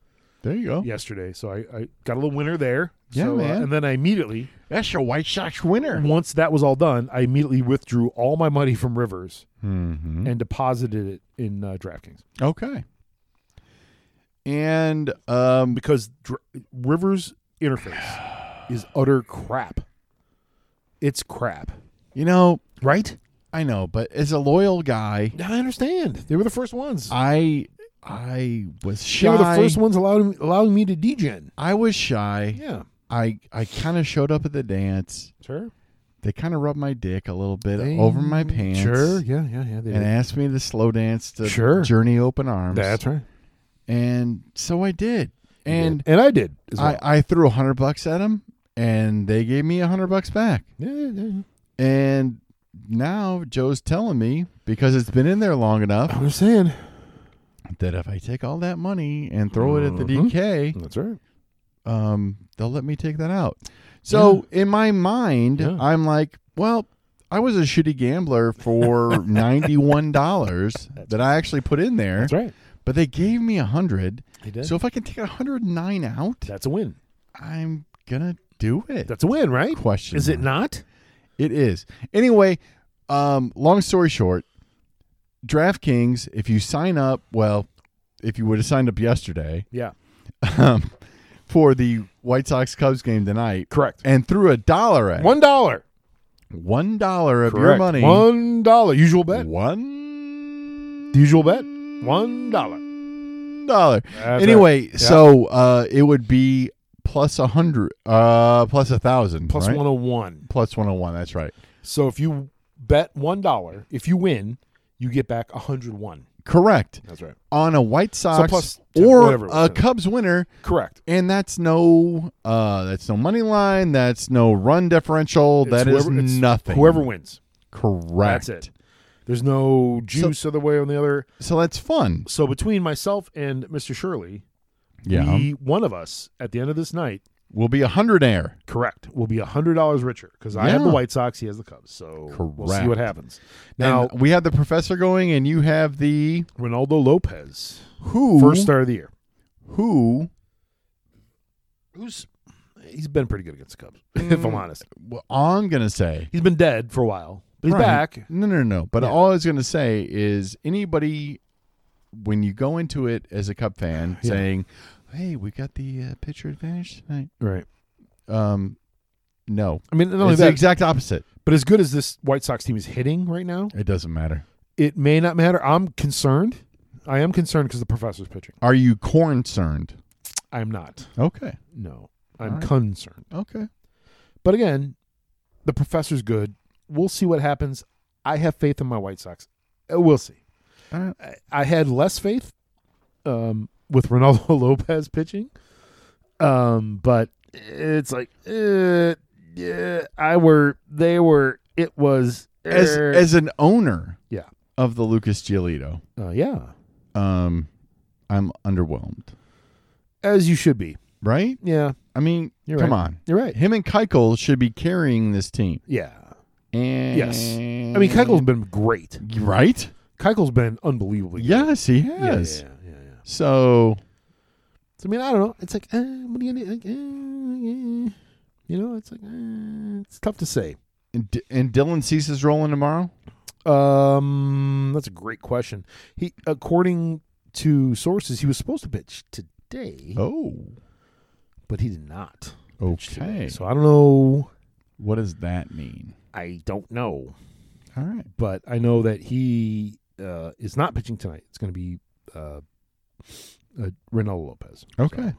S2: There you go.
S1: yesterday so I, I got a little winner there
S2: Yeah,
S1: So, uh,
S2: man.
S1: and then I immediately
S2: That's your White Sox winner.
S1: once that was all done I immediately withdrew all my money from Rivers.
S2: Mm-hmm.
S1: and deposited it in uh, DraftKings
S2: Okay. And um,
S1: because Dr- Rivers' interface is utter crap. It's crap,
S2: you know,
S1: right?
S2: I know, but as a loyal guy,
S1: I understand. They were the first ones.
S2: I, I was
S1: they
S2: shy.
S1: were the first ones allowing allowing me to degen.
S2: I was shy.
S1: Yeah,
S2: I, I kind of showed up at the dance.
S1: sure,
S2: They kind of rubbed my dick a little bit over my pants.
S1: Sure, yeah, yeah, yeah. They
S2: and
S1: did.
S2: asked me to slow dance to
S1: Sure.
S2: Journey Open Arms.
S1: That's right.
S2: And so I did. And
S1: and I did as well.
S2: I, I threw a hundred bucks at them and they gave me a hundred bucks back.
S1: yeah, yeah, yeah.
S2: And now Joe's telling me, because it's been in there long enough,
S1: I'm just saying.
S2: that if I take all that money and throw it at the
S1: Mhm.
S2: DK,
S1: That's right.
S2: um, they'll let me take that out. So in my mind,
S1: Yeah.
S2: I'm like, well, I was a shitty gambler for ninety-one dollars that I actually put in there.
S1: That's right.
S2: but they gave me a hundred.
S1: He did.
S2: So if I can take a hundred and nine out,
S1: that's a win.
S2: I'm gonna do it.
S1: That's a win, right?
S2: question.
S1: Is it
S2: mark.
S1: not?
S2: It is. Anyway, um, long story short, DraftKings, if you sign up, well, if you would have signed up yesterday
S1: Yeah.
S2: um, for the White Sox Cubs game tonight,
S1: Correct.
S2: and threw a dollar at it,
S1: One dollar.
S2: one dollar of your
S1: Correct.
S2: money,
S1: One dollar. Usual bet.
S2: one
S1: The usual bet. One dollar.
S2: dollar.
S1: That's
S2: anyway, so uh, it would be plus a hundred, uh, plus a thousand,
S1: Plus
S2: right?
S1: one oh one.
S2: plus one hundred one. That's right.
S1: So if you bet one dollar, if you win, you get back hundred one.
S2: Correct
S1: That's right.
S2: on a White Sox
S1: plus ten-
S2: or
S1: whatever it
S2: a
S1: was.
S2: Cubs winner,
S1: Correct.
S2: and that's no, uh, that's no money line. That's no run differential.
S1: It's
S2: That is
S1: whoever- it's
S2: nothing.
S1: Whoever wins.
S2: correct.
S1: That's it. There's no juice other way on the other.
S2: So that's fun.
S1: So between myself and Mr. Shirley,
S2: Yeah,
S1: we, one of us at the end of this night,
S2: we'll be a hundredaire.
S1: correct, will be hundred dollars richer because I have the
S2: Yeah.
S1: White Sox, he has the Cubs. So we'll see
S2: Correct. uh,
S1: what happens. Now
S2: Now we have the professor going, and you have the
S1: Ronaldo Lopez,
S2: who
S1: first start of the year.
S2: who
S1: Who's he's been pretty good against the Cubs, if I'm honest.
S2: well, I'm gonna say
S1: He's been dead for a while, but he's
S2: Right.
S1: back.
S2: No, no, no. But
S1: Yeah.
S2: all I was going to say is anybody, when you go into it as a Cub fan,
S1: Yeah.
S2: saying, "Hey, we got the uh, pitcher advantage tonight,"
S1: Right.
S2: um, no,
S1: I mean, not only
S2: it's
S1: that,
S2: the exact opposite.
S1: but as good as this White Sox team is hitting right now,
S2: It doesn't matter.
S1: it may not matter. I'm concerned. I am concerned because the professor's pitching.
S2: Are you concerned?
S1: I am not.
S2: Okay,
S1: No, I'm
S2: All right.
S1: concerned.
S2: okay.
S1: But again, the professor's good. We'll see what happens. I have faith in my White Sox. Uh, We'll see.
S2: All right.
S1: I- I had less faith um, with Ronaldo Lopez pitching, um, but it's like, uh, yeah, I were, they were, it was,
S2: As
S1: er,
S2: as an owner,
S1: Yeah.
S2: of the Lucas Giolito,
S1: uh, yeah,
S2: um, I'm underwhelmed.
S1: as you should be.
S2: Right?
S1: Yeah,
S2: I mean,
S1: You're
S2: come
S1: right.
S2: on.
S1: you're right.
S2: Him and Keuchel should be carrying this team.
S1: Yeah,
S2: And
S1: Yes. I mean, Keuchel's been great.
S2: right.
S1: Keuchel's been unbelievably. good.
S2: Yes, he
S1: Yeah, yeah,
S2: has.
S1: yeah, yeah, yeah.
S2: So
S1: So I mean, I don't know. It's like, uh, what do you need? Like, uh, yeah. you know, it's like uh, it's tough to say.
S2: and, D- and Dylan ceases rolling tomorrow.
S1: Um, that's a great question. He, according to sources, he was supposed to pitch today,
S2: Oh,
S1: but he did not. pitch today.
S2: okay.
S1: So I don't know.
S2: What does that mean?
S1: I don't know,
S2: All right.
S1: but I know that he uh, is not pitching tonight. It's going to be uh, uh, Ronaldo Lopez.
S2: Okay.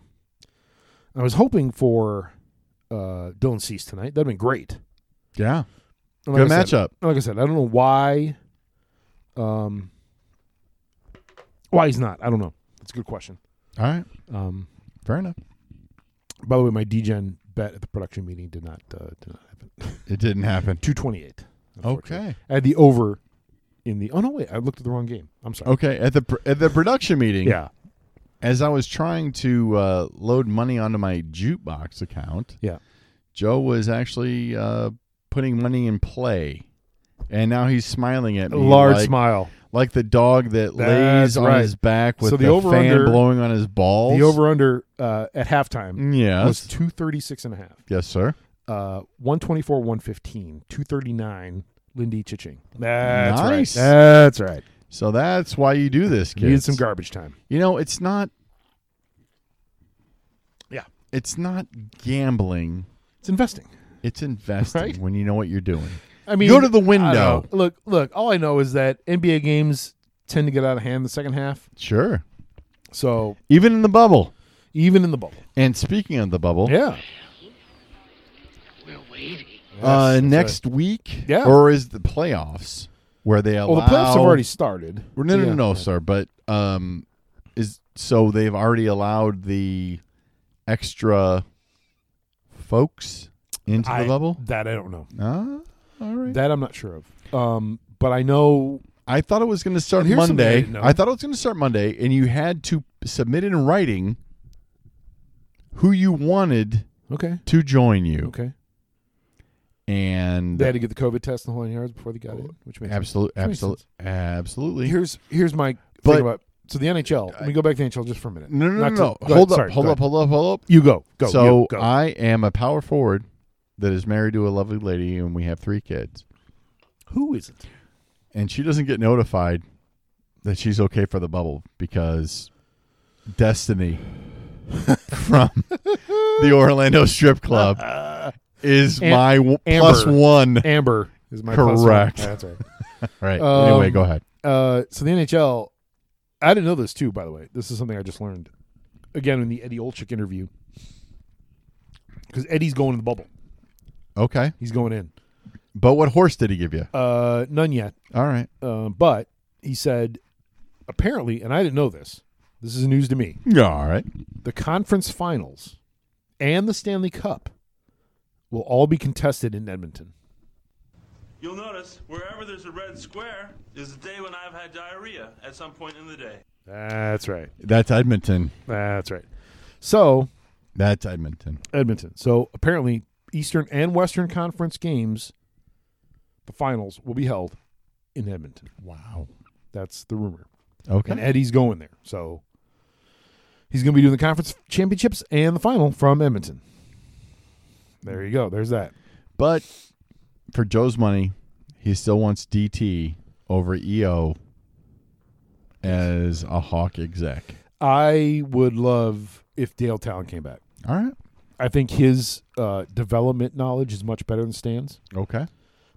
S1: I was hoping for uh, Dylan Cease tonight. That'd been great.
S2: Yeah.
S1: And
S2: Good
S1: I said-
S2: matchup.
S1: like I said, I don't know why. Um, why he's not? I don't know. That's a good question.
S2: All right.
S1: Um,
S2: Fair enough.
S1: by the way, my DGen bet at the production meeting did not uh, did not happen.
S2: It didn't happen.
S1: Two twenty eight.
S2: Okay.
S1: I had the over in the. Oh no, wait! I looked at the wrong game. I'm sorry.
S2: Okay. At the pr- at the production meeting,
S1: Yeah,
S2: as I was trying to uh, load money onto my jukebox account,
S1: Yeah.
S2: Joe was actually uh, putting money in play, and now he's smiling at me.
S1: large
S2: like,
S1: smile.
S2: like the dog
S1: That's
S2: that lays on
S1: right.
S2: his back with
S1: So
S2: the,
S1: the over
S2: fan
S1: under-
S2: blowing on his balls.
S1: The over under uh, at halftime
S2: Mm, yes,
S1: was two thirty six and a half.
S2: yes, sir.
S1: Uh, one twenty four, one fifteen, two thirty nine. Lindy Chiching. That's
S2: Nice.
S1: right. That's right.
S2: So that's why you do this,
S1: Needed
S2: kids.
S1: some garbage time.
S2: you know, it's not.
S1: Yeah.
S2: it's not gambling.
S1: It's investing.
S2: It's investing
S1: Right?
S2: when you know what you're doing.
S1: I mean,
S2: Go to the
S1: I don't
S2: window.
S1: know. Look, look. All I know is that NBA games tend to get out of hand in the second half.
S2: Sure,
S1: So
S2: even in the bubble.
S1: even in the bubble,
S2: And speaking of the bubble,
S1: yeah.
S3: We're waiting.
S2: uh,
S1: Yes, that's
S2: next week,
S1: Yeah.
S2: or is the playoffs where they
S1: right.
S2: allow?
S1: Well, the playoffs have already started.
S2: Well, No, no,
S1: Yeah.
S2: no, no, sir. But um, is so they've already allowed the extra folks into
S1: I-
S2: the bubble.
S1: That I don't know.
S2: Ah, all right.
S1: That I'm not sure of. Um, but I know.
S2: I thought it was going to start
S1: And here's something I
S2: Monday.
S1: didn't know.
S2: I thought it was going to start Monday, and you had to submit in writing who you wanted
S1: Okay.
S2: to join you,
S1: Okay.
S2: and
S1: They had to get the COVID test in the whole nine yards before they got in, which makes sense.
S2: absolutely,
S1: That makes
S2: absolutely, absolutely.
S1: Here's here's my
S2: But-
S1: thing about so the NHL. Let me go back to the NHL just for a minute.
S2: no, no, no,
S1: Not
S2: no.
S1: to-
S2: no.
S1: go ahead,
S2: Hold up,
S1: sorry,
S2: hold
S1: go
S2: up,
S1: ahead.
S2: hold up, hold up.
S1: You go. Go.
S2: so uh,
S1: you go.
S2: I am a power forward that is married to a lovely lady, and we have three kids.
S1: Who is it?
S2: And she doesn't get notified that she's okay for the bubble because Destiny from the Orlando Strip Club is
S1: Am-
S2: my w- plus
S1: Amber.
S2: one.
S1: Amber is my plus one.
S2: Correct.
S1: Yeah, that's right.
S2: All right.
S1: Um,
S2: anyway, go ahead.
S1: Uh, so the NHL, I didn't know this too. By the way, this is something I just learned again in the Eddie Olczyk interview because Eddie's going in the bubble.
S2: Okay.
S1: He's going in.
S2: But what horse did he give you?
S1: Uh, none yet.
S2: All right.
S1: Uh, but he said apparently, and I didn't know this. This is news to me.
S2: Yeah, all right.
S1: The conference finals and the Stanley Cup will all be contested in Edmonton.
S4: You'll notice wherever there's a red square is the day when I've had diarrhea at some point in the day.
S1: That's right.
S2: That's Edmonton.
S1: That's right. So
S2: That's Edmonton.
S1: Edmonton. So apparently, Eastern and Western Conference games, the finals will be held in Edmonton.
S2: Wow.
S1: That's the rumor. And
S2: Okay.
S1: Eddie's going there, so he's going to be doing the conference championships and the final from Edmonton. There you go. There's that.
S2: But for Joe's money, he still wants DT over EO as a Hawk exec.
S1: I would love if Dale Talon came back.
S2: All right.
S1: I think his uh, development knowledge is much better than Stan's.
S2: Okay.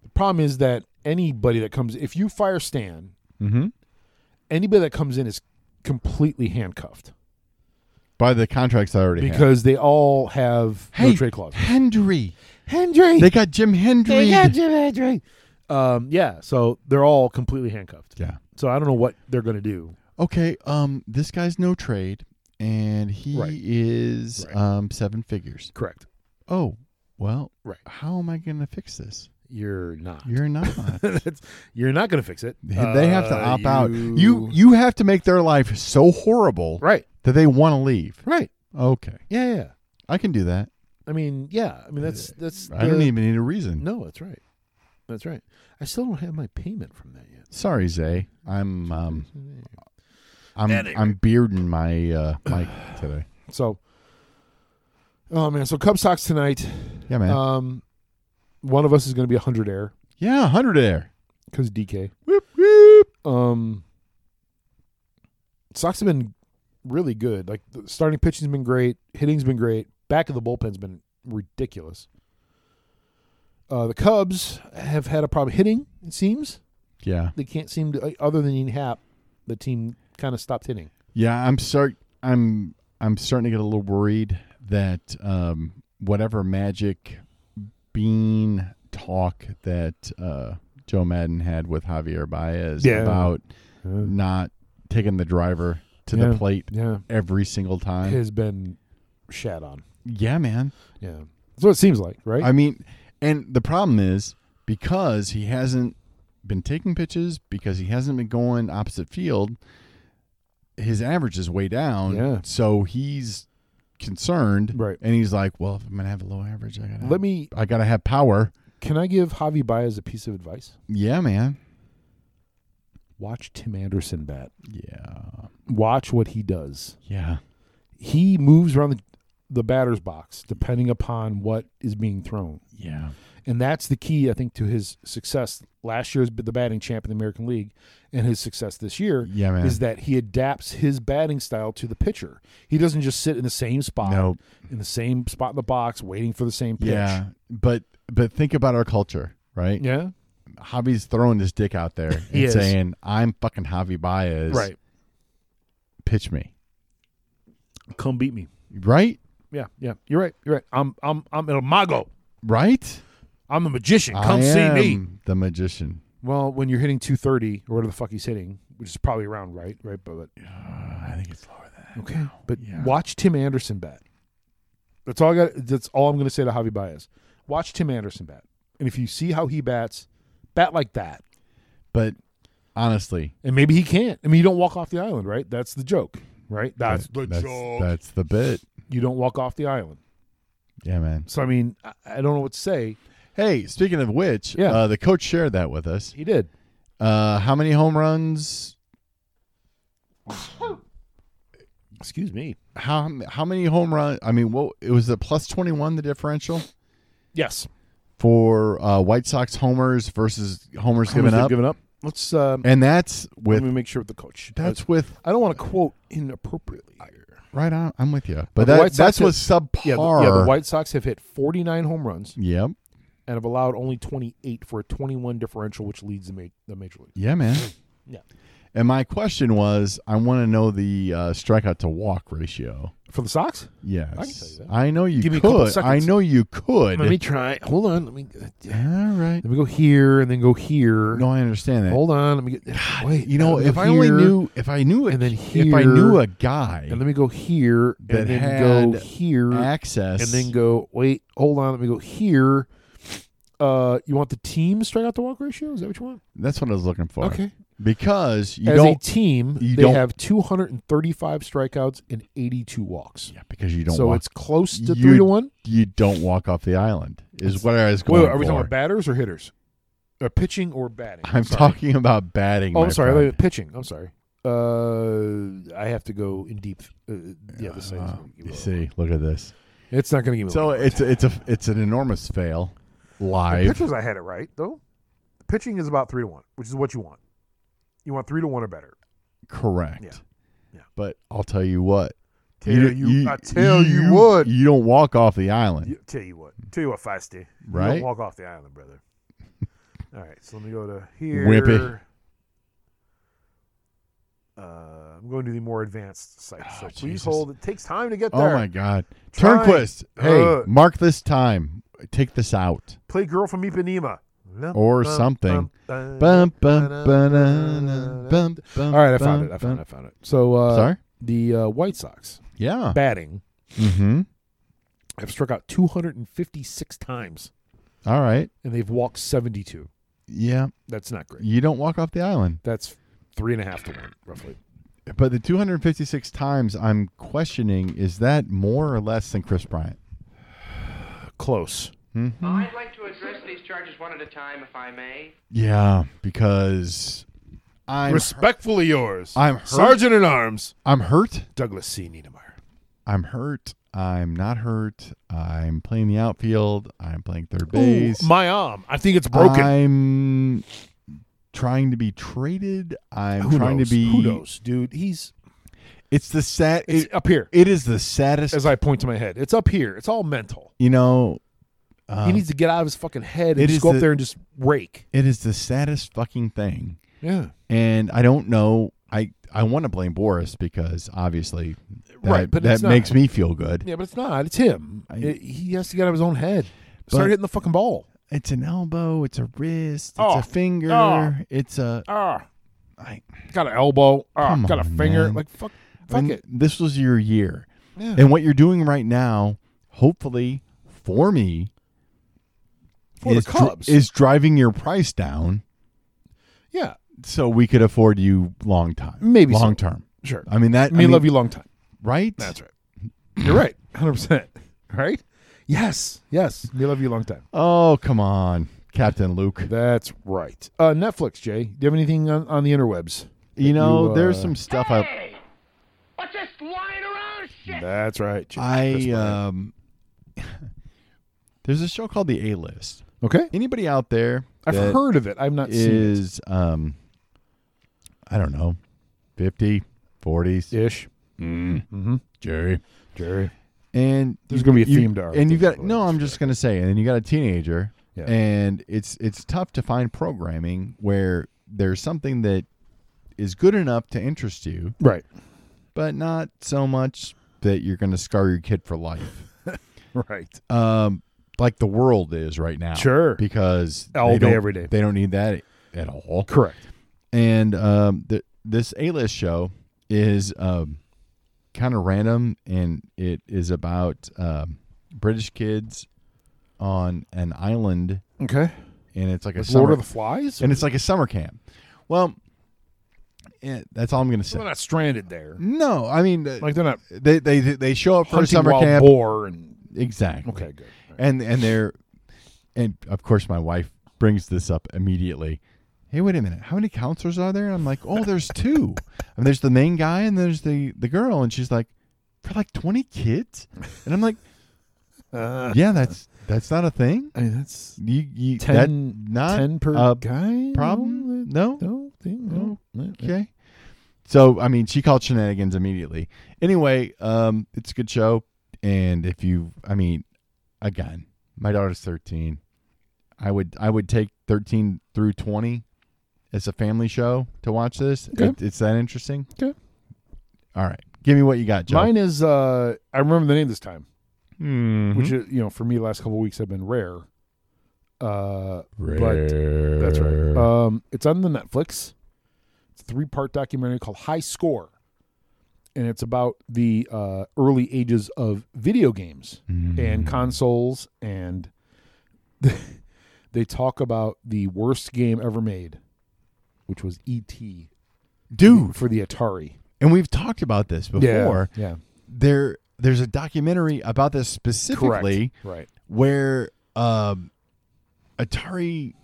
S1: The problem is that anybody that comes, if you fire Stan,
S2: Mm-hmm.
S1: anybody that comes in is completely handcuffed.
S2: By the contracts I already have.
S1: because they all have no trade clause.
S2: Hendry.
S1: Hendry,
S2: They got Jim Hendry.
S1: Hendry. Um, yeah, so they're all completely handcuffed.
S2: yeah.
S1: So I don't know what they're going to do.
S2: Okay. Um, this guy's no trade, and he
S1: Right.
S2: is
S1: Right.
S2: um seven figures.
S1: Correct.
S2: Oh, well.
S1: Right.
S2: How am I going to fix this?
S1: You're not.
S2: You're not.
S1: That's- you're not going to fix it.
S2: they have to
S1: Uh,
S2: opt out. You you have to make their life so horrible
S1: right,
S2: that they want to leave.
S1: right.
S2: Okay,
S1: Yeah, yeah.
S2: I can do that.
S1: I mean, yeah. I mean, that's that's.
S2: I don't
S1: the-
S2: even need a reason.
S1: No, that's right. That's right. I still don't have my payment from that yet.
S2: Sorry, Zay. I'm um I'm I'm bearding my uh mic today.
S1: So, oh man. So Cubs talks tonight.
S2: Yeah, man.
S1: Um, one of us is going to be a hundred air
S2: yeah, hundred air.
S1: because DK.
S2: Whoop whoop.
S1: Um, Sox have been really good. Like the starting pitching's been great, hitting's been great, back of the bullpen's been ridiculous. Uh, the Cubs have had a problem hitting. It seems
S2: Yeah,
S1: they can't seem to. Other than Ian Happ, the team kind of stopped hitting.
S2: yeah. I'm start. I'm I'm starting to get a little worried that um whatever magic bean talk that uh Joe Madden had with Javier Baez
S1: Yeah.
S2: about not taking the driver to
S1: Yeah.
S2: the plate
S1: Uh, Yeah,
S2: every single time.
S1: has been shat on.
S2: yeah, man.
S1: Yeah, that's what it seems like, right?
S2: I mean, and the problem is because he hasn't been taking pitches, because he hasn't been going opposite field, his average is way down.
S1: Yeah.
S2: So he's concerned.
S1: Right.
S2: And he's like, well, if I'm going to have a low average, I got to
S1: Let me.
S2: I got to have power.
S1: Can I give Javi Baez a piece of advice?
S2: Yeah, man.
S1: Watch Tim Anderson bat.
S2: Yeah.
S1: Watch what he does.
S2: Yeah.
S1: he moves around the, the batter's box depending upon what is being thrown.
S2: Yeah.
S1: And that's the key, I think, to his success last year as the batting champ in the American League and his success this year
S2: Yeah, man.
S1: is that he adapts his batting style to the pitcher. He doesn't just sit in the same spot,
S2: Nope.
S1: in the same spot in the box, waiting for the same pitch.
S2: Yeah, but but think about our culture, right?
S1: Yeah.
S2: Javi's throwing his dick out there
S1: He
S2: and
S1: is.
S2: saying, "I'm fucking Javi Baez,
S1: Right.
S2: Pitch me,
S1: Come beat me.
S2: right,
S1: Yeah. Yeah. You're right. You're right. I'm I'm I'm a mago.
S2: right."
S1: I'm a magician. Come
S2: I
S1: see me.
S2: am the magician.
S1: Well, when you're hitting 230 or whatever the fuck he's hitting, which is probably around right, right, but but
S2: I think it's lower than that.
S1: Okay, but
S2: Yeah.
S1: watch Tim Anderson bat. That's all I got. That's all I'm going to say to Javi Baez. Watch Tim Anderson bat, and if you see how he bats, bat like that,
S2: But honestly,
S1: and maybe he can't. I mean, you don't walk off the island, right? That's the joke, right? That's
S2: that-
S1: the
S2: that's,
S1: joke.
S2: that's the bit.
S1: You don't walk off the island.
S2: Yeah, man.
S1: So I mean, I, I don't know what to say.
S2: Hey, speaking of which,
S1: Yeah.
S2: uh, the coach shared that with us.
S1: He did.
S2: Uh, how many home runs?
S1: Excuse me.
S2: How how many home run? I mean, what it was a plus twenty one the differential.
S1: Yes.
S2: for uh, White Sox homers versus homers given
S1: They've
S2: up.
S1: Given up. Let's. Um,
S2: and that's
S1: let
S2: with
S1: me make sure with the coach.
S2: that's with
S1: I don't want to quote inappropriately. here.
S2: right on. I'm with you, but
S1: the
S2: that,
S1: White
S2: that's
S1: Sox
S2: with subpar.
S1: Yeah, the, yeah. The White Sox have hit 49 home runs
S2: Yep.
S1: and have allowed only 28 for a 21 differential, which leads the, ma- the major league.
S2: Yeah, man.
S1: Yeah.
S2: And my question was, I want to know the uh, strikeout to walk ratio.
S1: For the Sox?
S2: Yes,
S1: I can tell you that.
S2: I know you
S1: Give me a couple
S2: could. I
S1: seconds.
S2: know you could.
S1: Let me try. Hold on. Let me. uh,
S2: All right.
S1: Let me go here and then go here.
S2: No, I understand that.
S1: Hold on. Let me get. wait.
S2: you know,
S1: let me
S2: if
S1: go
S2: I only
S1: here,
S2: knew, if I knew, a,
S1: And then
S2: if I knew
S1: here,
S2: a guy
S1: And let me go here
S2: that
S1: and then go
S2: had
S1: here
S2: access,
S1: and then go. Wait. Hold on. Let me go here. Uh, you want the team strikeout to walk ratio? Is that what you want?
S2: that's what I was looking for.
S1: Okay.
S2: because you
S1: As a
S2: don't,
S1: team,
S2: you
S1: they
S2: don't-
S1: have 235 strikeouts and 82 walks.
S2: yeah, because you don't.
S1: so
S2: walk,
S1: it's close to
S2: You-
S1: three to one.
S2: you don't walk off the island. Is what I was
S1: Wait,
S2: going
S1: are we
S2: for.
S1: talking about batters or hitters? Or pitching or batting?
S2: I'm
S1: Sorry.
S2: talking about batting.
S1: Oh,
S2: my
S1: I'm sorry.
S2: friend.
S1: wait, pitching. I'm sorry. Uh, I have to go in deep. Uh, yeah, this thing. is
S2: Uh,
S1: gonna give me
S2: you
S1: a-
S2: see, look at this.
S1: it's not going to give me.
S2: So
S1: a
S2: it's it's a it's an enormous fail
S1: the
S2: live.
S1: pitchers. I had it right though. Pitching is about three to one, which is what you want. You want three to one or better.
S2: Correct.
S1: Yeah. Yeah.
S2: But I'll tell you what.
S1: Tell you, I tell you, what.
S2: You don't walk off the island.
S1: You- tell you what. Tell you what, feisty. You
S2: Right?
S1: don't walk off the island, brother. All right, so let me go to here.
S2: Wimpy.
S1: Uh, I'm going to the more advanced site.
S2: Oh,
S1: so please
S2: Jesus.
S1: hold. It takes time to get
S2: oh
S1: there.
S2: my God.
S1: Try.
S2: Turnquist. Hey,
S1: Uh.
S2: mark this time. Take this out
S1: Play Girl from Ipanema. Lum,
S2: or
S1: bum,
S2: something.
S1: bum,
S2: Bum, bum,
S1: ba-da,
S2: ba-da-na,
S1: ba-da.
S2: bum, bum,
S1: All right, I found
S2: bum,
S1: it. I found it. I
S2: bum.
S1: found it. So uh,
S2: Sorry.
S1: the uh, White Sox
S2: Yeah.
S1: batting
S2: Mm-hmm.
S1: have struck out 256 times
S2: All right.
S1: and they've walked 72.
S2: Yeah.
S1: That's not great.
S2: You don't walk off the island.
S1: That's three and a half to one, roughly.
S2: But the 256 times I'm questioning is that more or less than Chris Bryant?
S1: Close.
S5: I'd like to address these charges one at a time, if I may.
S2: Yeah, because I'm
S1: Respectfully yours,
S2: I'm hurt.
S1: Sergeant in Arms
S2: I'm hurt.
S1: Douglas C. Niedermeyer.
S2: I'm hurt. I'm not hurt. I'm playing the outfield. I'm playing third base.
S1: my arm. I think it's broken.
S2: I'm trying to be traded. I'm
S1: Who
S2: trying
S1: knows?
S2: to be.
S1: Who knows, dude? He's
S2: It's the sad.
S1: it's
S2: It,
S1: up here.
S2: it is the saddest.
S1: As I point to my head, it's up here. It's all mental.
S2: you know, uh,
S1: he needs to get out of his fucking head
S2: it
S1: and
S2: is
S1: just go
S2: the-
S1: up there and just rake.
S2: it is the saddest fucking thing.
S1: Yeah.
S2: And I don't know. I I want to blame Boris because obviously, that,
S1: Right, but
S2: that
S1: it's not-
S2: makes me feel good.
S1: Yeah, but it's not. It's him.
S2: I-
S1: It- he has to get out of his own head. Start
S2: But-
S1: hitting the fucking ball.
S2: It's an elbow. It's a wrist. It's
S1: Oh,
S2: a finger.
S1: oh.
S2: It's a.
S1: Ah,
S2: I,
S1: got an elbow. Ah,
S2: Come
S1: got a
S2: on,
S1: finger.
S2: man.
S1: Like fuck, fuck
S2: I mean,
S1: it.
S2: This was your year.
S1: Yeah.
S2: And what you're doing right now, hopefully for me,
S1: For the
S2: is, dri-
S1: Cubs.
S2: is driving your price down
S1: yeah,
S2: so we could afford you long time.
S1: Maybe so.
S2: long term.
S1: sure.
S2: I mean that
S1: Me
S2: I mean,
S1: love you long time.
S2: right?
S1: That's right. You're right. Hundred percent. Right. Yes. Yes. Me love you long time.
S2: Oh, come on. Captain Luke.
S1: That's right. Uh, Netflix, Jay. Do you have anything on, on the interwebs?
S2: You know,
S1: you,
S2: there's
S1: uh,
S2: some stuff I
S5: Hey! What's this lying around shit?
S1: That's right. Jay. Chris
S2: I
S1: Bryant.
S2: um there's a show called The A List.
S1: okay.
S2: Anybody out there
S1: I've
S2: that
S1: heard of it. I've not seen it.
S2: is um I don't know, 50, 40s.
S1: Ish.
S2: Jerry.
S1: Jerry.
S2: and
S1: There's
S2: you-
S1: gonna be a
S2: you-
S1: theme to our
S2: And you've
S1: thing,
S2: got
S1: by the way,
S2: no. I'm
S1: so-
S2: just gonna say, and then you got a teenager,
S1: Yeah.
S2: and it's it's tough to find programming where there's something that is good enough to interest you,
S1: Right.
S2: but not so much that you're gonna scar your kid for life.
S1: Right.
S2: Um, like the world is right now,
S1: Sure.
S2: because
S1: All
S2: they
S1: day,
S2: don't-
S1: every day.
S2: they don't need that at all
S1: Correct.
S2: and um, th- this A-list show is um, kind of random, and it is about um, British kids on an island,
S1: Okay.
S2: and it's like a summer,
S1: Lord of the Flies.
S2: and it's like a summer camp. Well, eh, that's all I'm gonna
S1: So
S2: say.
S1: they're not stranded there.
S2: No, I mean,
S1: Like they're not
S2: they they they show up for a
S1: hunting
S2: summer
S1: wild
S2: camp,
S1: boar and
S2: exactly.
S1: okay, good.
S2: and and they're and of course my wife brings this up immediately hey wait a minute how many counselors are there and i'm like oh there's two and there's the main guy and there's the the girl and she's like for like 20 kids and i'm like
S1: uh,
S2: yeah that's that's not a thing
S1: I mean that's
S2: you you that
S1: ten,
S2: not
S1: 10 per
S2: a
S1: guy
S2: problem no?
S6: No, thing, no. no, yeah.
S2: Okay. So, I mean, she called shenanigans immediately. Anyway, um, it's a good show. And if you, I mean, again, my daughter's 13. I would, I would take 13 through 20 as a family show to watch this.
S1: Okay.
S2: It- it's that interesting.
S1: Okay.
S2: All right. Give me what you got, Joe.
S1: Mine is uh I remember the name this time,
S2: Mhm.
S1: which is, you know, for me the last couple of weeks have been rare. Uh
S2: Rare.
S1: but that's right. Um it's on the Netflix. It's a three-part documentary called High Score. And it's about the uh, early ages of video games and consoles and they talk about the worst game ever made, which was E.T.
S2: Dude,
S1: for the Atari.
S2: and we've talked about this before.
S1: Yeah.
S2: There there's a documentary about this
S1: Correct.
S2: specifically
S1: Right.
S2: where um Atari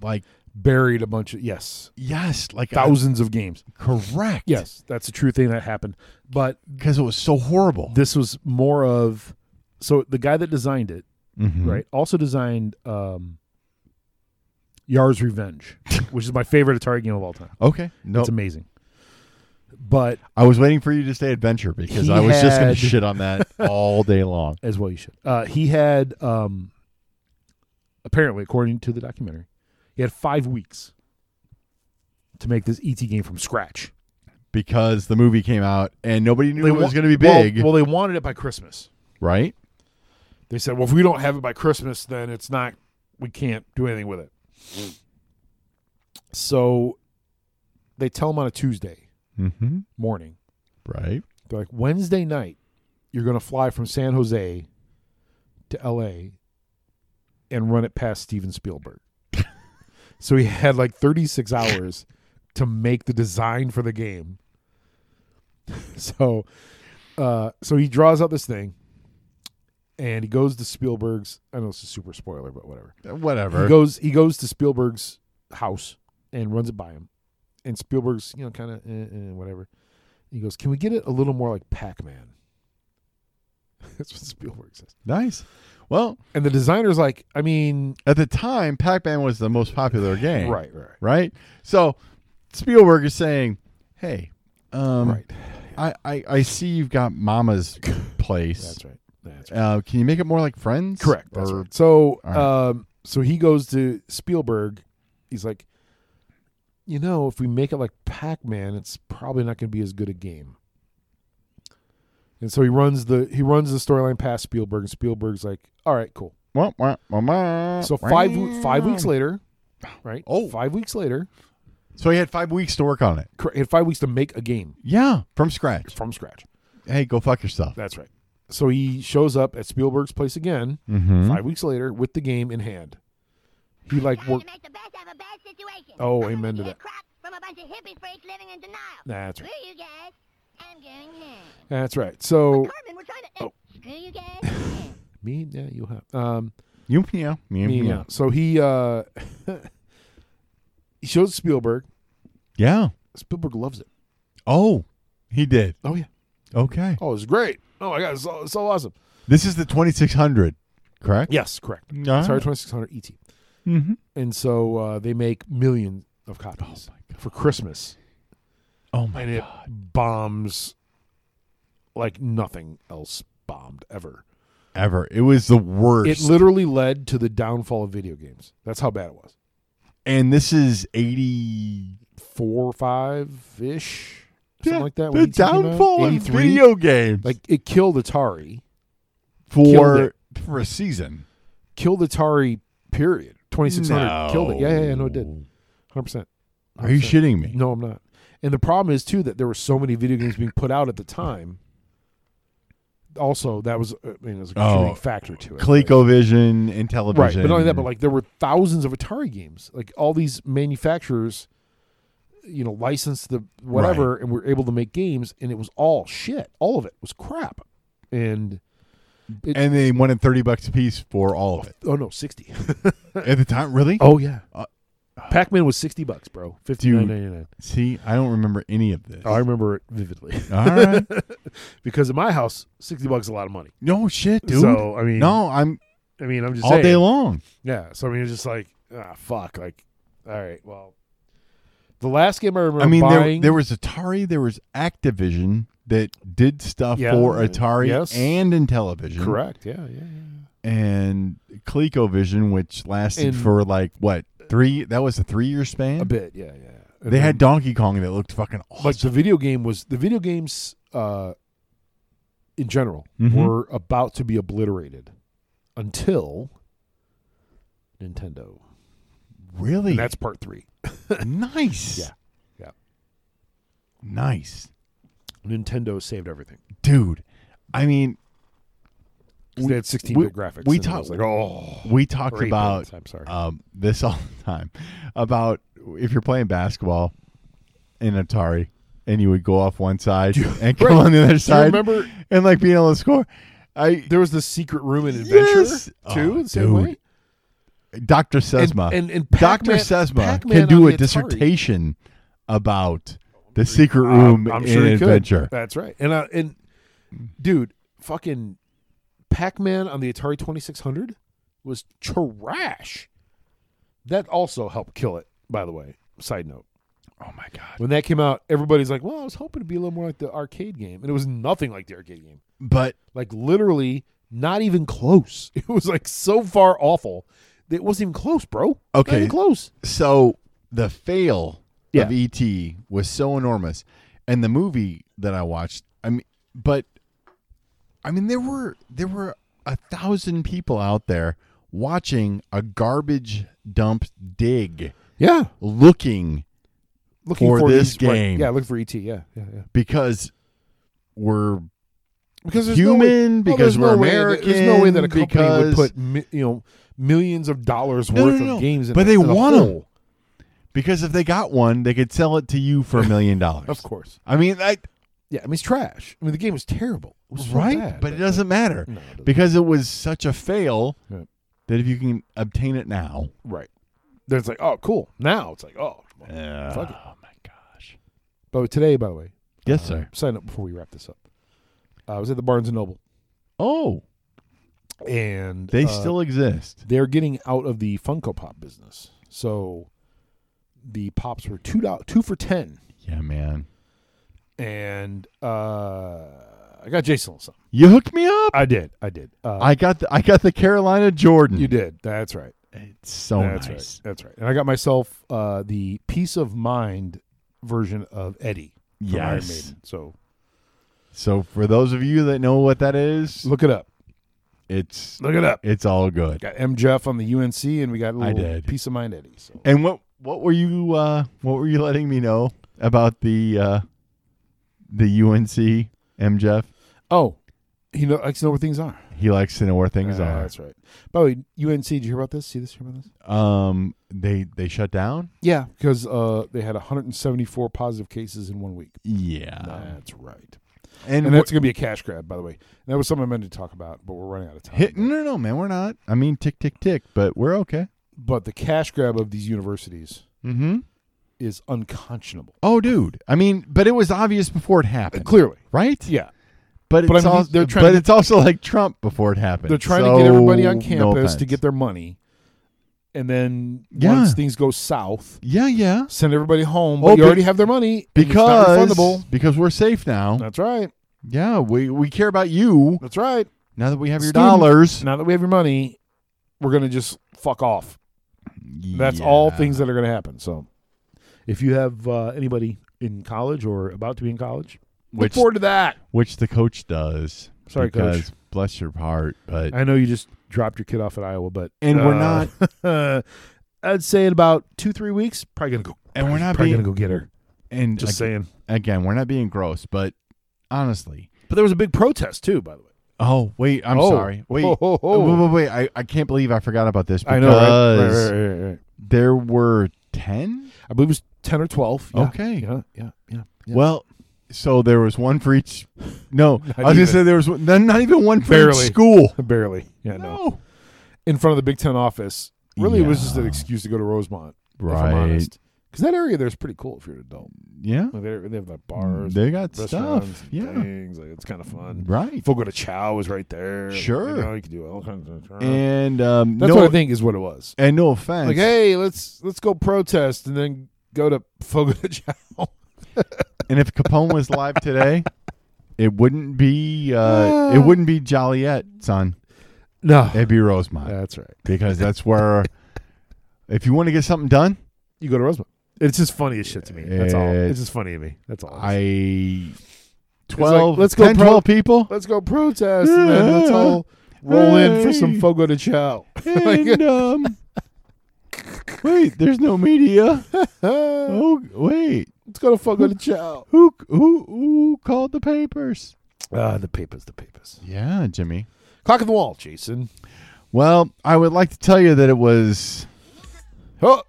S2: like
S1: Buried a bunch of yes.
S2: yes, like a-
S1: thousands of games.
S2: correct.
S1: Yes, that's a true thing that happened. But
S2: Because it was so horrible.
S1: this was more of so the guy that designed it,
S2: Mhm.
S1: right, also designed um Yar's Revenge, which is my favorite Atari game of all time.
S2: Okay. No
S1: It's amazing. But
S2: I was waiting for you to say adventure because
S1: He
S2: I was just gonna
S1: had-
S2: shit on that all day long.
S1: as well you should. Uh he had um apparently according to the documentary, he had 5 weeks to make this ET game from scratch.
S2: Because the movie came out and nobody knew it
S1: wa-
S2: was gonna be
S1: well-
S2: big.
S1: well they wanted it by Christmas.
S2: right?
S1: they said, well, if we don't have it by Christmas, then it's not, we can't do anything with it. So they tell them on a Tuesday
S2: Mm-hmm.
S1: morning.
S2: Right.
S1: They're like, Wednesday night, you're going to fly from San Jose to LA and run it past Steven Spielberg. so he had like 36 hours to make the design for the game. so uh so he draws out this thing and he goes to Spielberg's I know it's a super spoiler but whatever.
S2: Whatever.
S1: He goes he goes to Spielberg's house and runs it by him. And Spielberg's, you know, kind of eh, eh, whatever. He goes, "Can we get it a little more like Pac-Man?" That's what Spielberg says.
S2: nice. Well,
S1: And the designer's like, "I mean,
S2: at the time, Pac-Man was the most popular game.
S1: right, right,
S2: Right. So Spielberg is saying, "Hey, um,
S1: right.
S2: I, I I see you've got Mama's place.
S1: That's right. That's right.
S2: Uh, can you make it more like Friends?
S1: Correct.
S2: Or
S1: That's right. So,
S2: All right.
S1: um, so he goes to Spielberg. He's like, you know, if we make it like Pac-Man, it's probably not going to be as good a game. And so he runs the he runs the storyline past Spielberg, and Spielberg's like, all right, cool.
S2: wah, wah, wah, wah.
S1: So five five weeks later, right?
S2: Oh.
S1: five weeks later,
S2: So he had five weeks to work on it.
S1: cor- he had five weeks to make a game
S2: Yeah, from scratch.
S1: from scratch.
S2: Hey, go fuck yourself.
S1: That's right. So he shows up at Spielberg's place again
S2: Mm-hmm.
S1: five weeks later with the game in hand. He like
S7: Trying
S1: worked.
S7: to make the best out of a bad situation.
S1: Oh,
S7: I'm gonna
S1: amen to
S7: get
S1: that.
S7: crap From a bunch of hippie freaks living in denial.
S1: Nah, that's right.
S7: Screw you guys. I'm going home.
S1: That's right. So
S7: Carmen, we're trying
S1: Oh.
S7: to. uh, Screw you guys.
S1: me, yeah, you have um,
S2: You meow, meow,
S1: me, yeah.
S2: meow.
S1: So he uh, he shows Spielberg.
S2: Yeah.
S1: Spielberg loves it.
S2: Oh, he did.
S1: Oh yeah.
S2: Okay.
S1: Oh, it's great. Oh my god, it's so, it's so awesome.
S2: This is the 2600, correct?
S1: Yes, correct.
S2: Yeah.
S1: Sorry, twenty six hundred ET.
S2: Mhm.
S1: And so uh, they make millions of copies for Christmas,
S2: Oh my
S1: and it bombs like nothing else bombed ever.
S2: ever. It was the worst.
S1: It literally led to the downfall of video games. That's how bad it was.
S2: and this is 80
S1: Four or five ish, something
S2: Yeah,
S1: like that.
S2: The
S1: when ET came out.
S2: downfall of
S1: 83.
S2: video games.
S1: Like it killed Atari,
S2: for for a season.
S1: killed Atari. Period. Twenty six hundred killed it. Yeah, yeah, yeah. No, it did.
S2: No.
S1: Hundred percent.
S2: Are you shitting me?
S1: No, I'm not. And the problem is too that there were so many video games being put out at the time. Also, that was uh, I mean, it was a contributing
S2: Oh,
S1: factor to it.
S2: ColecoVision and
S1: Like,
S2: television.
S1: right? But not only that, but like there were thousands of Atari games. Like all these manufacturers, you know, licensed the whatever, and were able to make games, and it was all shit. All of it was crap. And
S2: and they wanted thirty bucks a piece for all of it
S1: oh no, sixty.
S2: at the time. Really?
S1: oh yeah.
S2: Uh,
S1: Pac-Man was sixty bucks, bro. Fifty nine ninety nine.
S2: See, I don't remember any of this.
S1: Oh, I remember it vividly
S2: all right.
S1: because in my house, sixty bucks is a lot of money.
S2: No shit, dude.
S1: So I mean,
S2: no, I'm
S1: I mean, I'm just
S2: all
S1: saying.
S2: day long.
S1: Yeah. So I mean, it's just like, ah, fuck. Like, all right, well, The last game I remember
S2: I mean, there,
S1: buying,
S2: there was Atari, there was Activision that did stuff
S1: Yeah.
S2: for Atari
S1: Yes.
S2: and in television.
S1: correct. Yeah, yeah, yeah.
S2: And ColecoVision, which lasted
S1: And-
S2: for like what three? That was a three-year span.
S1: a bit. Yeah, yeah. And
S2: They
S1: then-
S2: had Donkey Kong that looked fucking
S1: like the
S2: awesome.
S1: video game was the video games uh, in general
S2: Mhm.
S1: were about to be obliterated until Nintendo.
S2: really?
S1: And that's part three.
S2: nice.
S1: Yeah. Yeah.
S2: Nice,
S1: Nintendo saved everything.
S2: dude. I mean,
S1: 'Cause they had 16
S2: we-
S1: bit graphics.
S2: we
S1: and it was
S2: talked-
S1: like, oh,
S2: we talked
S1: Or eight
S2: about
S1: bits, I'm sorry.
S2: um, this all the time about if you're playing basketball in Atari and you would go off one side and come
S1: right.
S2: on the other side
S1: remember-
S2: and like being able to score. I
S1: there was the secret room in Adventure
S2: Yes!
S1: too.
S2: Oh,
S1: in the same
S2: dude.
S1: way.
S2: Dr. Sesma
S1: and- and
S2: Dr.
S1: Pac-Man-
S2: Sesma
S1: Pac-Man
S2: can do
S1: on
S2: a
S1: the Atari.
S2: dissertation about the secret room
S1: I'm
S2: in
S1: sure he could.
S2: Adventure.
S1: That's right. And uh, and dude, fucking Pac-Man on the Atari 2600 was trash. That also helped kill it, by the way. Side note.
S2: Oh my god.
S1: When that came out, everybody's like, "Well, I was hoping to be a little more like the arcade game." And it was nothing like the arcade game.
S2: But
S1: Like literally not even close. It was like so far awful. that It wasn't even close, bro.
S2: Okay.
S1: Not even close.
S2: so the fail
S1: Yeah.
S2: of ET was so enormous, and the movie that I watched, I mean, but I mean, there were there were a thousand people out there watching a garbage dump dig,
S1: Yeah.
S2: looking
S1: Looking
S2: For
S1: for,
S2: this
S1: these- right.
S2: game.
S1: Yeah, looking for ET. Yeah, yeah, yeah.
S2: because we're
S1: because there's
S2: human,
S1: no way,
S2: because
S1: well, there's
S2: we're
S1: no way that- there's no way that a company
S2: American, because-
S1: would put mi- you know millions of dollars
S2: No,
S1: worth
S2: no, no.
S1: of games. In
S2: But
S1: a-
S2: they
S1: in a
S2: want 'em.
S1: hole.
S2: because if they got one, they could sell it to you for a million dollars.
S1: of course.
S2: I mean, I
S1: Yeah, I mean it's trash. I mean the game was terrible. It was so
S2: right,
S1: bad.
S2: but it doesn't matter
S1: No, it doesn't.
S2: because it was such a fail
S1: Right.
S2: that if you can obtain it now,
S1: right. Then it's like, oh, cool. Now it's like, oh, well, fuck it.
S2: Ah, oh my gosh.
S1: But today, by the way,
S2: Yes,
S1: uh, sign up before we wrap this up. Uh, I was at the Barnes and Noble,
S2: Oh,
S1: and
S2: they
S1: uh,
S2: still exist.
S1: they're getting out of the Funko Pop business. So the pops were two dollars, two for ten,
S2: Yeah, man.
S1: and uh, I got Jason a little something.
S2: You hooked me up.
S1: I did. I did. Uh,
S2: I got the I got the Carolina Jordan.
S1: you did. That's right.
S2: It's so
S1: That's
S2: Oh, nice.
S1: right. That's right. And I got myself uh, the peace of mind version of Eddie from Iron
S2: Yes.
S1: Maiden. So
S2: So for those of you that know what that is,
S1: look it up.
S2: it's
S1: Look it up.
S2: it's all good.
S1: Got M Jeff on the UNC, and we got a
S2: I
S1: little
S2: did.
S1: peace of mind Eddie. So
S2: And what what were you uh what were you letting me know about the uh the UNC M Jeff?
S1: oh, he know, likes to know where things are.
S2: He likes to know where things
S1: Ah,
S2: are.
S1: That's right. By the way, UNC, did you hear about this? See this? Hear about this?
S2: Um they they shut down?
S1: Yeah, because uh, they had 174 positive cases in one week.
S2: Yeah.
S1: That's right.
S2: And,
S1: And
S2: we're-
S1: that's going to be a cash grab, by the way. And that was something I meant to talk about, but we're running out of time.
S2: hit, no, no, no, man, we're not. I mean, tick, tick, tick, but we're okay.
S1: but the cash grab of these universities
S2: Mm-hmm.
S1: is unconscionable.
S2: Oh, dude. I mean, but it was obvious before it happened.
S1: Uh, Clearly,
S2: right?
S1: yeah.
S2: But it's,
S1: But I mean,
S2: also,
S1: they're trying
S2: but
S1: to-
S2: it's also like Trump before it happened.
S1: They're trying
S2: So,
S1: to get everybody on
S2: no
S1: campus to
S2: offense.
S1: get their money, and then
S2: Yeah.
S1: once things go south,
S2: Yeah, yeah.
S1: send everybody home. But
S2: Oh,
S1: you
S2: be-
S1: already have their money and it's not
S2: Because
S1: refundable.
S2: because we're safe now.
S1: That's right.
S2: Yeah, we we care about you
S1: That's right.
S2: now that we have your
S1: Student-
S2: dollars.
S1: Now that we have your money, we're gonna just fuck off. That's all things that are gonna happen. So, if you have uh, anybody in college or about to be in college,
S2: Which-
S1: look forward to that.
S2: which the coach does.
S1: Sorry, coach.
S2: because Bless your heart, but
S1: I know you just dropped your kid off at Iowa, but
S2: And we're
S1: not. I'd say in about two, three weeks, probably gonna go.
S2: And we're not
S1: probably
S2: being-
S1: gonna go get her.
S2: and
S1: Just
S2: ag-
S1: saying.
S2: again, we're not being gross, but honestly,
S1: But there was a big protest too, by the way.
S2: Oh wait, I'm
S1: Oh.
S2: sorry. Wait,
S1: Ho, ho, ho.
S2: wait, wait, wait. I, I can't believe I forgot about this because
S1: I know. Right? Right, right, right, right, right.
S2: there were ten.
S1: I believe it was ten or twelve. Yeah,
S2: Okay.
S1: Yeah. Yeah. Yeah. yeah.
S2: Well, so there was one for each. No, I was
S1: even.
S2: gonna say there was one- no, not even one for
S1: Barely.
S2: each school.
S1: Barely. Yeah. No. In front of the Big Ten office. Really, it was just an
S2: Yeah.
S1: excuse to go to Rosemont. If
S2: Right.
S1: I'm honest. Because that area there's pretty cool if you're an adult.
S2: Yeah,
S1: Like they they have like bars,
S2: they got
S1: restaurants,
S2: stuff. Yeah,
S1: things like it's kind of fun.
S2: right.
S1: People go to Chow is right there.
S2: Sure.
S1: you, know, you can do all kinds of.
S2: And um,
S1: That's
S2: no,
S1: what I think is what it was.
S2: and no offense.
S1: Like, hey, let's let's go protest and then go to Fogo de Chao.
S2: And if Capone was alive today, it wouldn't be
S1: Ah.
S2: uh, it wouldn't be Joliet, son.
S1: no,
S2: It'd be Rosemont
S1: that's right.
S2: because that's where if you want to get something done,
S1: You go to Rosemont. It's just funny as shit to me. That's all.
S2: It-
S1: It's just funny to me. That's all.
S2: I
S1: like,
S2: 12
S1: let's go
S2: 10,
S1: pro-
S2: 12 people.
S1: let's go protest and then let's all roll in for some
S2: Hey.
S1: Fogo de Chao.
S2: And, um, wait, there's no media.
S1: let's
S2: Oh, wait.
S1: go to Fogo de Chao.
S2: Who who who called the papers?
S1: Ah, the papers, the papers.
S2: Yeah, Jimmy.
S1: Clock in the wall, Jason.
S2: Well, I would like to tell you that it was
S1: Oh,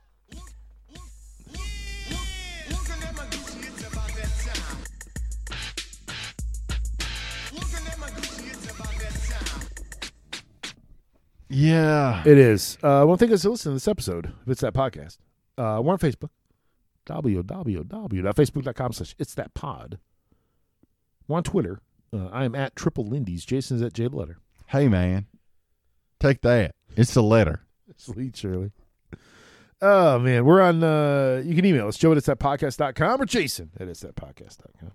S2: yeah.
S1: it is. Uh, one thing is to listen to this episode, if it's that podcast. Uh, we're on Facebook. www.facebook.com slash it's that pod. We're on Twitter. Uh, I am at triple Lindy's. Jason's at J Letter.
S2: Hey man. Take that. It's a letter.
S1: Sweet Shirley. Oh man, we're on uh you can email us, Joe at it's that podcast.com or Jason at it's that podcast.com.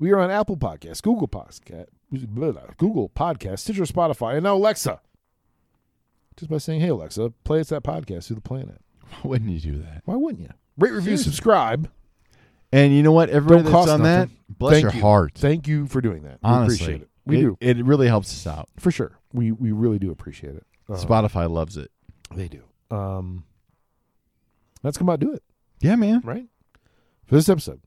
S1: We are on Apple Podcasts, Google Podcast, blah, blah, Google Podcast, Stitcher, Spotify, and now Alexa. Just by saying, Hey Alexa, play it's that podcast through the planet.
S2: Why wouldn't you do that?
S1: Why wouldn't you? Rate, review, subscribe.
S2: And you know what? Everybody
S1: Don't
S2: that's
S1: cost
S2: done
S1: nothing.
S2: that, bless
S1: Thank
S2: your
S1: you.
S2: heart.
S1: Thank you for doing that.
S2: Honestly.
S1: we appreciate it. We do.
S2: It really helps us out.
S1: For sure. We we really do appreciate it. Uh,
S2: Spotify loves it.
S1: They do. Um let's come out and do it.
S2: Yeah, man.
S1: right? For this episode.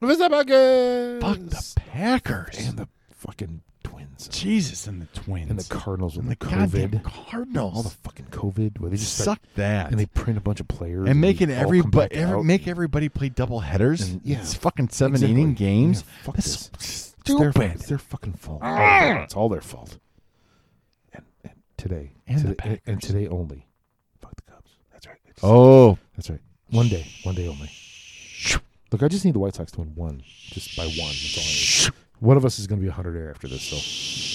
S1: For this episode.
S2: Fuck the Packers.
S1: And the fucking twins.
S2: Jesus and the twins.
S1: And the Cardinals with
S2: And the
S1: the COVID.
S2: goddamn Cardinals.
S1: All the fucking COVID where they just
S2: Suck
S1: start-
S2: that.
S1: and they print a bunch of players
S2: and making
S1: they all come
S2: everybody
S1: back
S2: every,
S1: out.
S2: make everybody play double headers.
S1: And- yeah.
S2: it's fucking seven
S1: Exactly.
S2: inning games.
S1: Yeah, fuck
S2: That's
S1: it's their, fault.
S2: stupid. Ah.
S1: it's their fucking fault. It's all their fault. And, and today
S2: And the
S1: today- and, and
S2: Packers.
S1: today only. Fuck the Cubs. That's right. It's-
S2: Oh,
S1: That's right. One day. One day only. Look, I just need the White Sox to win one, just by one. That's all I need. One of us is going to be 100 air after this, so